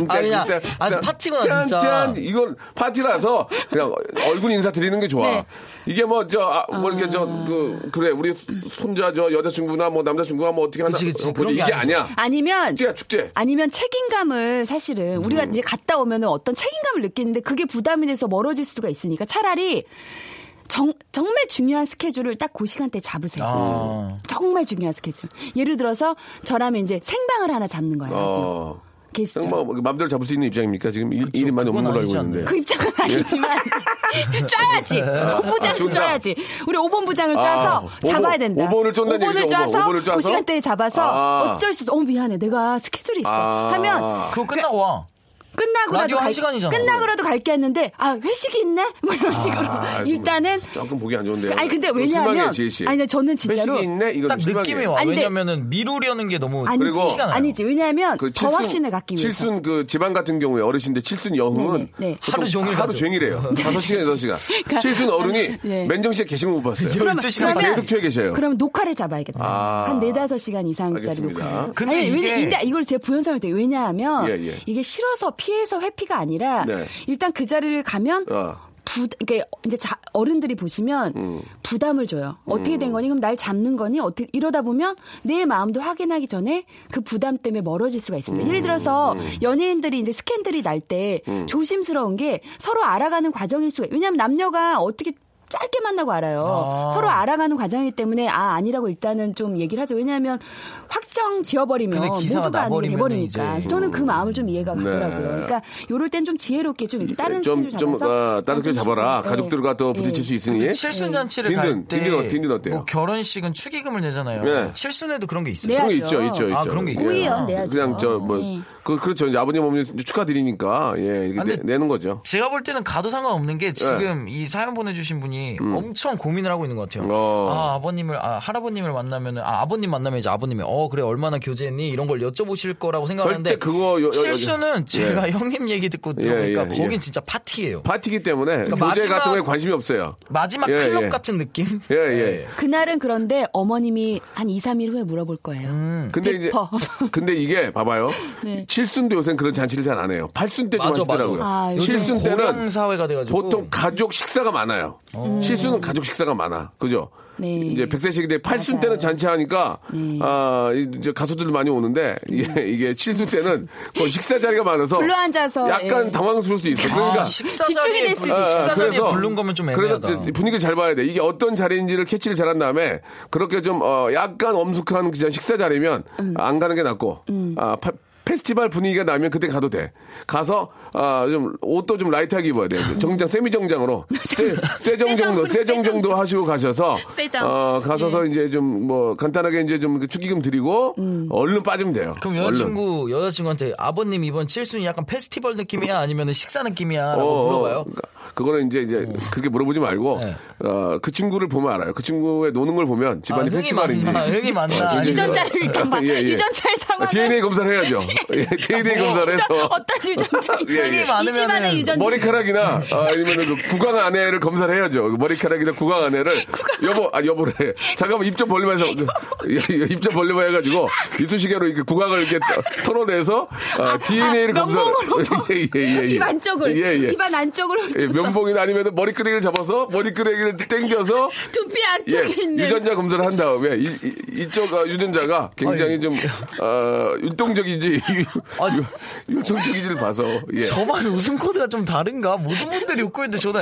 Speaker 7: 아니야.
Speaker 2: 땅땅땅땅땅땅
Speaker 7: 아주 파티구나, 진짜.
Speaker 2: 이건 파티라서 그냥 얼굴 인사 드리는 게 좋아.
Speaker 7: 네.
Speaker 2: 이게 뭐 저 뭐 이렇게 저 그 그래 우리 손자 저 여자친구나 뭐 남자친구가 뭐 어떻게 하나
Speaker 7: 그치, 그치.
Speaker 2: 어,
Speaker 7: 그런 게
Speaker 2: 이게
Speaker 7: 아니죠.
Speaker 2: 아니야.
Speaker 6: 아니면
Speaker 2: 축제야 축제.
Speaker 6: 아니면 책임감을 사실은 우리가
Speaker 2: 음.
Speaker 6: 이제 갔다 오면은 어떤 책임감을 느끼는데 그게 부담이 돼서 멀어질 수가 있으니까 차라리 정, 정말 중요한 스케줄을 딱 그 시간대 잡으세요.
Speaker 7: 아.
Speaker 6: 정말 중요한 스케줄. 예를 들어서 저라면 이제 생방을 하나 잡는 거예요.
Speaker 2: 어.
Speaker 6: 게스트.
Speaker 2: 쌍마 맘대로 잡을 수 있는 입장입니까? 지금 일- 일인만이 없는 걸로 알고 있는데.
Speaker 6: 그 입장은 아니지만 쪄야지
Speaker 2: 예. 아,
Speaker 6: 본부장을
Speaker 2: 쫀다.
Speaker 6: 쪄야지 우리 5번 부장을
Speaker 2: 아,
Speaker 6: 짜서
Speaker 2: 오번-
Speaker 6: 잡아야 된다
Speaker 2: 오번을 쫀다는
Speaker 6: 오번을
Speaker 2: 얘기죠, 오번.
Speaker 6: 짜서
Speaker 2: 오번을 짜서?
Speaker 6: 그 시간대에 잡아서
Speaker 2: 아.
Speaker 6: 어쩔 수 없어 어 미안해 내가 스케줄이 있어
Speaker 2: 아.
Speaker 6: 하면
Speaker 7: 그거 끝나고 와.
Speaker 6: 끝나고라도
Speaker 7: 라디오 한
Speaker 6: 갈-
Speaker 7: 시간이잖아.
Speaker 6: 끝나고라도 갈게 했는데 아 회식이 있네 뭐 이런 식으로
Speaker 2: 아,
Speaker 6: 일단은
Speaker 2: 조금 보기 안 좋은데요.
Speaker 6: 아니 근데
Speaker 2: 이거 실망이에요,
Speaker 6: 왜냐하면
Speaker 2: 지혜 씨.
Speaker 6: 아니 저는 진짜로
Speaker 2: 회식이 있네? 이건
Speaker 7: 딱
Speaker 2: 실망이에요.
Speaker 7: 느낌이 와.
Speaker 6: 아니, 근데-
Speaker 7: 왜냐면은 미루려는 게 너무
Speaker 6: 아니지
Speaker 7: 티가 나요.
Speaker 6: 아니지 왜냐하면
Speaker 2: 그
Speaker 6: 더 확신을 갖기 위해서
Speaker 2: 칠순 그 지방 같은 경우에 어르신들 칠순 여흥은
Speaker 6: 네, 네, 네.
Speaker 2: 보통
Speaker 7: 하루 종일
Speaker 2: 하루
Speaker 7: 가죠. 네.
Speaker 2: 종일이에요. 다섯 시간 여섯 시간.
Speaker 6: 그러니까-
Speaker 2: 칠순 어른이
Speaker 6: 네.
Speaker 2: 맨정신에 계신 거 못 봤어요.
Speaker 6: 그러면- 그러면-
Speaker 2: 계속 취해 계셔요.
Speaker 6: 그럼 녹화를 잡아야겠다.
Speaker 2: 아.
Speaker 6: 한 네다섯 시간 이상짜리
Speaker 2: 알겠습니다.
Speaker 6: 녹화.
Speaker 2: 근데
Speaker 6: 아니,
Speaker 2: 이게-
Speaker 6: 왜냐, 근데 이걸 제가 부연설명을 돼요. 왜냐하면
Speaker 2: 예, 예.
Speaker 6: 이게 싫어서 피해서 회피가 아니라
Speaker 2: 네.
Speaker 6: 일단 그 자리를 가면
Speaker 2: 어.
Speaker 6: 부, 그러니까 이제 자- 어른들이 보시면 부담을 줘요. 어떻게 된 거니? 그럼 날 잡는 거니? 어떻게 이러다 보면 내 마음도 확인하기 전에 그 부담 때문에 멀어질 수가 있습니다. 예를 들어서 연예인들이 이제 스캔들이 날 때 조심스러운 게 서로 알아가는 과정일 수가. 왜냐하면 남녀가 어떻게 짧게 만나고 알아요.
Speaker 8: 아.
Speaker 6: 서로 알아가는 과정이기 때문에 아 아니라고 일단은 좀 얘기를 하죠. 왜냐하면 확정 지어버리면
Speaker 7: 근데 기사가
Speaker 6: 모두가 아니게
Speaker 7: 나버리면은
Speaker 6: 돼버리니까. 그래서
Speaker 7: 이제.
Speaker 6: 저는 그 마음을 좀 이해가
Speaker 2: 네.
Speaker 6: 가더라고요. 그러니까 요럴 땐 좀 지혜롭게 좀 이렇게 다른
Speaker 2: 좀,
Speaker 6: 스타일을
Speaker 2: 좀,
Speaker 6: 잡아서 그렇죠. 네.
Speaker 2: 어, 다른 길 잡아라. 가족들과 또 부딪힐 수 있으니.
Speaker 7: 그 칠순 잔치를
Speaker 2: 딘딘,
Speaker 7: 갈때
Speaker 2: 딘딘, 어- 딘딘 어때요?
Speaker 7: 뭐 결혼식은 축의금을 내잖아요.
Speaker 2: 네.
Speaker 7: 칠순에도 그런 게 있어요.
Speaker 2: 그런 거 있죠, 있죠, 있죠.
Speaker 7: 아 그런 게 있어요.
Speaker 2: 예. 그냥
Speaker 6: 네.
Speaker 2: 저 뭐, 그, 그렇죠. 이제 아버님 어머니 축하드리니까, 예, 이렇게
Speaker 7: 근데
Speaker 2: 내, 내는 거죠. 예.
Speaker 7: 제가 볼 때는 가도 상관없는 게 지금 이 사연 보내주신 분이 사람이 엄청 고민을 하고 있는 것 같아요.
Speaker 2: 음. 어.
Speaker 7: 아 아버님을 아 할아버님을 만나면은 아 아버님 만나면 이제 아버님이 어 그래 얼마나 교제했니 이런 걸 여쭤보실 거라고 생각하는데
Speaker 2: 절대 그거 여- 여-
Speaker 7: 실수는
Speaker 2: 여-
Speaker 7: 제가
Speaker 2: 예.
Speaker 7: 형님 얘기 듣고
Speaker 2: 예,
Speaker 7: 들어보니까
Speaker 2: 예, 예.
Speaker 7: 거긴 진짜 파티예요.
Speaker 2: 파티기 때문에
Speaker 7: 그러니까
Speaker 2: 교제
Speaker 7: 마지막-
Speaker 2: 같은 거에 관심이 없어요.
Speaker 7: 마지막
Speaker 2: 예,
Speaker 7: 클럽
Speaker 2: 예.
Speaker 7: 같은 느낌?
Speaker 2: 예, 예.
Speaker 6: 네. 그날은 그런데 어머님이 한 2, 3일 후에 물어볼 거예요.
Speaker 2: 근데 이제
Speaker 6: 100%.
Speaker 2: 근데 이게 봐봐요.
Speaker 6: 네.
Speaker 2: 칠순도 요새는 그런 잔치를 잘 안 해요. 팔순 때좀
Speaker 7: 맞아,
Speaker 2: 하시더라고요.
Speaker 7: 맞아.
Speaker 6: 아, 요즘
Speaker 2: 예, 칠순
Speaker 7: 고령
Speaker 2: 때는
Speaker 7: 사회가 돼가지고 어.
Speaker 2: 보통 가족 식사가 많아요. 칠순은 가족 식사가 많아. 그죠?
Speaker 6: 네.
Speaker 2: 이제 100세 시기인데 팔순
Speaker 6: 맞아요. 네.
Speaker 2: 때는 잔치하니까 아, 이제 가수들도 많이 오는데 예, 이게 칠순 때는 거의 식사 자리가 많아서
Speaker 6: 둘러 네. 앉아서,
Speaker 2: 약간
Speaker 6: 예.
Speaker 2: 당황스러울 수 있어요. 그러니까 아,
Speaker 7: 아, 식사
Speaker 6: 집중이
Speaker 7: 자리에
Speaker 6: 될 수도
Speaker 7: 불-
Speaker 6: 있어요.
Speaker 7: 식사 자리에
Speaker 2: 그래서-
Speaker 7: 부른 거면 좀
Speaker 2: 그래서
Speaker 7: 애매하다.
Speaker 2: 이제 분위기를 잘 봐야 돼. 이게 어떤 자리인지를 캐치를 잘 한 다음에 그렇게 좀 어, 약간 엄숙한 그냥 식사 자리면 안 가는 게 낫고 아, 파- 페스티벌 분위기가 나면 그때 가도 돼. 가서 아, 좀 옷도 좀 라이트하게 입어야 돼. 정장 세미 정장으로 세- 세정 정도
Speaker 6: 세정으로,
Speaker 2: 세정 정도
Speaker 6: 세정.
Speaker 2: 하시고 가셔서
Speaker 6: 세정.
Speaker 2: 어, 가셔서 이제 좀 뭐 간단하게 이제 좀 축의금 드리고 얼른 빠지면 돼요.
Speaker 7: 그럼
Speaker 2: 얼른.
Speaker 7: 여자친구 여자친구한테 아버님 이번 칠순이 약간 페스티벌 느낌이야 아니면 식사 느낌이야라고
Speaker 2: 어,
Speaker 7: 물어봐요. 음.
Speaker 2: 그러니까 그거는 이제 이제 그렇게 물어보지 말고
Speaker 7: 네.
Speaker 2: 어, 그 친구를 보면 알아요. 그 친구의 노는 걸 보면
Speaker 7: 아,
Speaker 2: 집안이
Speaker 7: 흥이
Speaker 2: 페스티벌인지.
Speaker 7: 많나 흥이 많나
Speaker 2: 아,
Speaker 7: 아니면-
Speaker 6: 유전자를 일단 봐.
Speaker 2: 예, 예.
Speaker 6: 유전자의
Speaker 2: 아,
Speaker 6: 상황을.
Speaker 2: DNA 검사를 해야죠. 예, DNA 검사를
Speaker 6: 유전-
Speaker 2: 해서
Speaker 6: 어떤 유전자인지.
Speaker 2: 예, 예.
Speaker 6: 이 집안의 유전자.
Speaker 2: 머리카락이나 아, 니면그 구강 안에를 검사를 해야죠. 그 머리카락이나 구강 안에를 여보 아 여보래. 잠깐만 입 좀 벌리면서 입 좀 벌리면 해가지고 이쑤시개로 이렇게 구강을 이렇게 떠- 털어내서 DNA를
Speaker 6: 아,
Speaker 2: 검사를.
Speaker 6: 면봉으로.
Speaker 2: 예예예.
Speaker 6: 입 안쪽을.
Speaker 2: 예, 예.
Speaker 6: 입안 안쪽으로.
Speaker 2: 예, 면봉이나 아니면 머리끄레기를 잡아서 머리끄레기를 땡겨서
Speaker 6: 두피
Speaker 2: 예,
Speaker 6: 안쪽에 있는.
Speaker 2: 유전자 검사를 한 다음에 이, 쪽 아, 유전자가 굉장히 좀 어, 율동적인지
Speaker 7: 아니.
Speaker 2: 유- 율동적인지를 봐서 예.
Speaker 7: 저만 웃음 코드가 좀 다른가? 모든 분들이 웃고 있는데 저는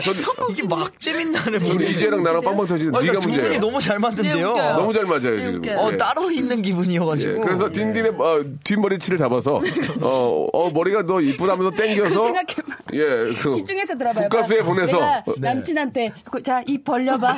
Speaker 7: 이게 막 재밌나를
Speaker 2: 우리
Speaker 7: 모르겠어요.
Speaker 2: 이재랑 나랑 빵빵 터지는
Speaker 7: 아,
Speaker 2: 네가
Speaker 7: 그러니까 두 분이
Speaker 2: 문제예요.
Speaker 7: 너무 잘 맞는데요.
Speaker 6: 네, 웃겨요.
Speaker 2: 너무 잘 맞아요 지금.
Speaker 6: 이렇게.
Speaker 7: 어
Speaker 2: 예.
Speaker 7: 따로 있는
Speaker 2: 예,
Speaker 7: 기분이어가지고. 예.
Speaker 2: 그래서 딘딘의 어, 뒷머리치를 잡아서 어, 어, 머리가 너 이쁘다면서 땡겨서
Speaker 6: 그 생각해봐.
Speaker 2: 예, 그
Speaker 6: 집중해서 들어봐요.
Speaker 2: 국가수에
Speaker 6: 그러니까
Speaker 2: 보내서 네.
Speaker 6: 내가 남친한테 그, 자 입 벌려봐.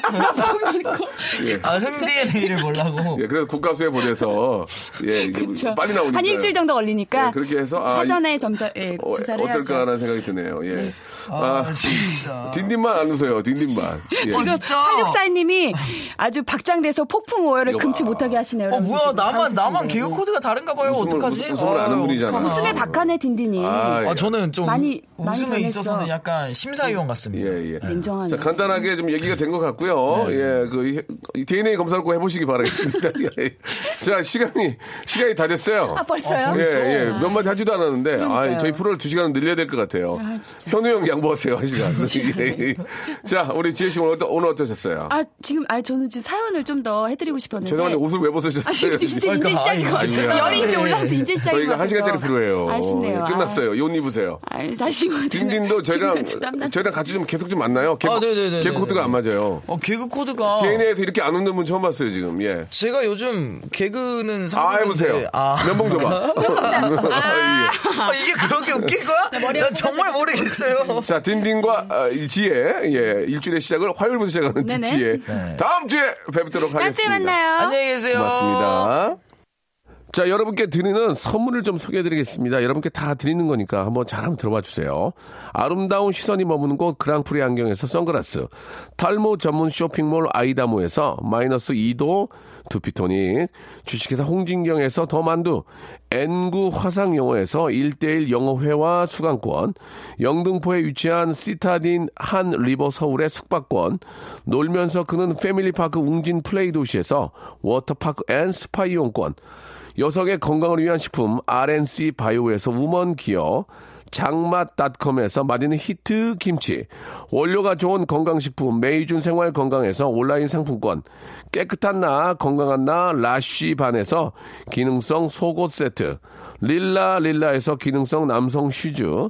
Speaker 6: 이러고 있고.
Speaker 7: 아 흥디의 내일을 보려고.
Speaker 2: 예, 그래서 국가수에 보내서 예, 이제
Speaker 6: 그쵸.
Speaker 2: 빨리 나오니까
Speaker 6: 한 일주일 정도 걸리니까
Speaker 2: 예, 그렇게 해서 아,
Speaker 6: 사전에
Speaker 2: 이-
Speaker 6: 점사 예,
Speaker 2: 어,
Speaker 6: 조사를
Speaker 2: 떨까
Speaker 6: 해야죠.
Speaker 2: 하는 생각이 드네요. 예.
Speaker 7: 아,
Speaker 2: 아,
Speaker 7: 진짜.
Speaker 2: 딘딘만 안 웃어요. 딘딘만. 예.
Speaker 7: 지금 진짜.
Speaker 6: 한육사님이 아주 박장돼서 폭풍 오열을 금치 못하게 하시네요.
Speaker 7: 어
Speaker 6: 여러분.
Speaker 7: 뭐야 나만
Speaker 6: 방송
Speaker 7: 나만 개그
Speaker 6: 중에.
Speaker 7: 코드가 다른가 봐요.
Speaker 2: 웃음을-
Speaker 7: 어떡하지?
Speaker 2: 웃음을 아는
Speaker 7: 아유,
Speaker 2: 분이잖아.
Speaker 7: 어떡하나.
Speaker 6: 웃음에 박하네 딘딘이
Speaker 2: 아, 예.
Speaker 7: 아 저는 좀
Speaker 6: 많이- 많이
Speaker 7: 웃음에
Speaker 6: 변했어.
Speaker 7: 있어서는 약간 심사위원 같습니다.
Speaker 2: 예, 예.
Speaker 6: 냉정하네.
Speaker 2: 자, 간단하게 좀 얘기가 된 것 같고요.
Speaker 7: 네.
Speaker 2: 예, 그, 이- 이 DNA 검사를 꼭 해보시기 바라겠습니다. 예. 자, 시간이, 시간이 다 됐어요.
Speaker 6: 아 벌써요?
Speaker 2: 예, 예. 몇 마디 하지도 않았는데, 아,
Speaker 6: 그러니까요.
Speaker 2: 저희 프로를 두 시간 늘려야 될 것 같아요.
Speaker 6: 아, 진짜.
Speaker 2: 현우 형 양보하세요, 한 시간. 예, 예. 자, 우리 지혜 씨 오늘, 어떠, 오늘 어떠셨어요?
Speaker 6: 아 지금 아 저는 지금 사연을 좀 더 해드리고 싶었는데.
Speaker 2: 죄송한데 옷을 왜
Speaker 6: 아,
Speaker 2: 벗으셨어요?
Speaker 6: 지금 이제 이제
Speaker 7: 그러니까,
Speaker 6: 시작인 것
Speaker 2: 아니야.
Speaker 6: 같아요. 열이 이제 올라와서 이제 시작인 것
Speaker 2: 저희가
Speaker 6: 같아요.
Speaker 2: 한 시간짜리 필요해요.
Speaker 6: 아쉽네요.
Speaker 2: 예, 끝났어요. 이 옷 입으세요.
Speaker 6: 아, 아, 다시 뭐.
Speaker 2: 딘딘도 저희랑, 저희랑 같이 좀 계속 좀 만나요. 개,
Speaker 7: 아, 네네네네.
Speaker 2: 개 코드가 안 맞아요.
Speaker 7: 어 개그 코드가
Speaker 2: DNA에서 이렇게 안 웃는 분 처음 봤어요, 지금. 예.
Speaker 7: 제가 요즘 개그는
Speaker 2: 아,
Speaker 7: 상상인데
Speaker 2: 해보세요.
Speaker 7: 아,
Speaker 2: 면봉 줘봐. 아, 예.
Speaker 7: 아, 이게 그렇게 웃긴 거야? 난 정말 모르겠어요.
Speaker 2: 자, 딘딘과 아, 이 지혜, 예, 일주일의 시작을 화요일부터 시작하는
Speaker 6: 네네.
Speaker 2: 지혜. 다음 주에 뵙도록 하겠습니다.
Speaker 6: 다음 주에 만나요.
Speaker 7: 안녕히 계세요.
Speaker 2: 고맙습니다. 자, 여러분께 드리는 선물을 좀 소개해 드리겠습니다. 여러분께 다 드리는 거니까 한번 잘 한번 들어봐 주세요. 아름다운 시선이 머무는 곳 그랑프리 안경에서 선글라스. 탈모 전문 쇼핑몰 아이다모에서 마이너스 2도 두피토닉. 주식회사 홍진경에서 더 만두. N구 화상영어에서 1대1 영어회화 수강권. 영등포에 위치한 시타딘 한 리버 서울의 숙박권. 놀면서 그는 패밀리파크 웅진 플레이 도시에서 워터파크 앤 스파 이용권. 여성의 건강을 위한 식품 RNC 바이오에서 우먼 기어 장맛닷컴에서 맛있는 히트 김치 원료가 좋은 건강식품 메이준 생활 건강에서 온라인 상품권 깨끗한 나 건강한 나 라쉬 반에서 기능성 속옷 세트 릴라 릴라에서 기능성 남성 슈즈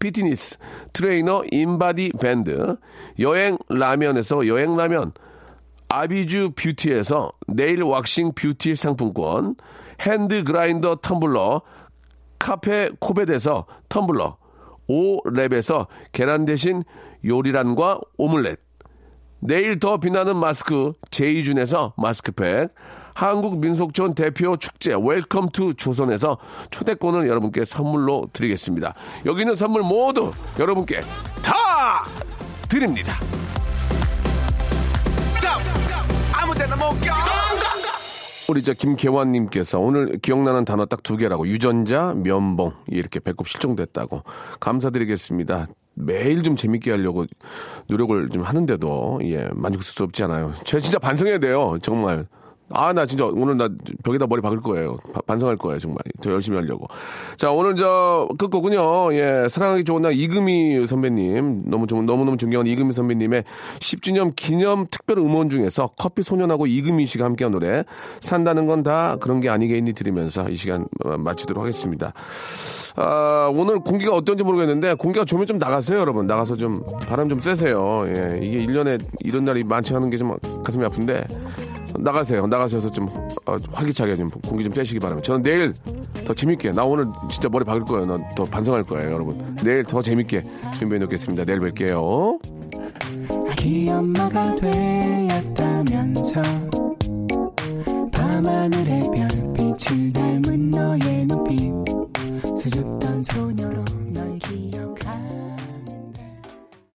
Speaker 2: 피트니스 트레이너 인바디 밴드, 여행 라면에서 여행 라면, 아비주 뷰티에서 네일 왁싱 뷰티 상품권, 핸드 그라인더 텀블러, 카페 코베에서 텀블러, 오랩에서 계란 대신 요리란과 오믈렛, 내일 더 빛나는 마스크 제이준에서 마스크팩 한국민속촌 대표 축제 웰컴 투 조선에서 초대권을 여러분께 선물로 드리겠습니다. 여기 있는 선물 모두 여러분께 다 드립니다. 우리 저 김계환님께서 오늘 기억나는 단어 딱 두 개라고 유전자 면봉 이렇게 배꼽 실종됐다고 감사드리겠습니다. 매일 좀 재밌게 하려고 노력을 좀 하는데도 예 만족스럽지 않아요. 제가 진짜 반성해야 돼요 정말. 아 나 진짜 오늘 나 벽에다 머리 박을 거예요. 바- 반성할 거예요 정말. 저 열심히 하려고. 자 오늘 저 끝곡은요. 예 사랑하기 좋은 날 이금희 선배님 너무 좀 너무 너무 존경하는 이금희 선배님의 10주년 기념 특별 음원 중에서 커피 소년하고 이금희 씨가 함께한 노래 산다는 건 다 그런 게 아니겠니 들으면서 이 시간 어, 마치도록 하겠습니다. 아, 오늘 공기가 어떤지 모르겠는데 공기가 좋으면 좀 나가세요, 여러분. 나가서 좀 바람 좀 쐬세요. 예, 이게 일년에 이런 날이 많지 않은 게 좀 가슴이 아픈데 나가세요. 나가셔서 좀 어, 활기차게 좀 공기 좀 쐬시기 바랍니다. 저는 내일 더 재밌게 나 오늘 진짜 머리 박을 거예요. 나 더 반성할 거예요, 여러분. 내일 더 재밌게 준비해 놓겠습니다. 내일 뵐게요.
Speaker 8: 아기 엄마가 되었다면서 밤하늘의 별빛을 닮은 너의 눈빛 수줍던 소녀로 널 기억하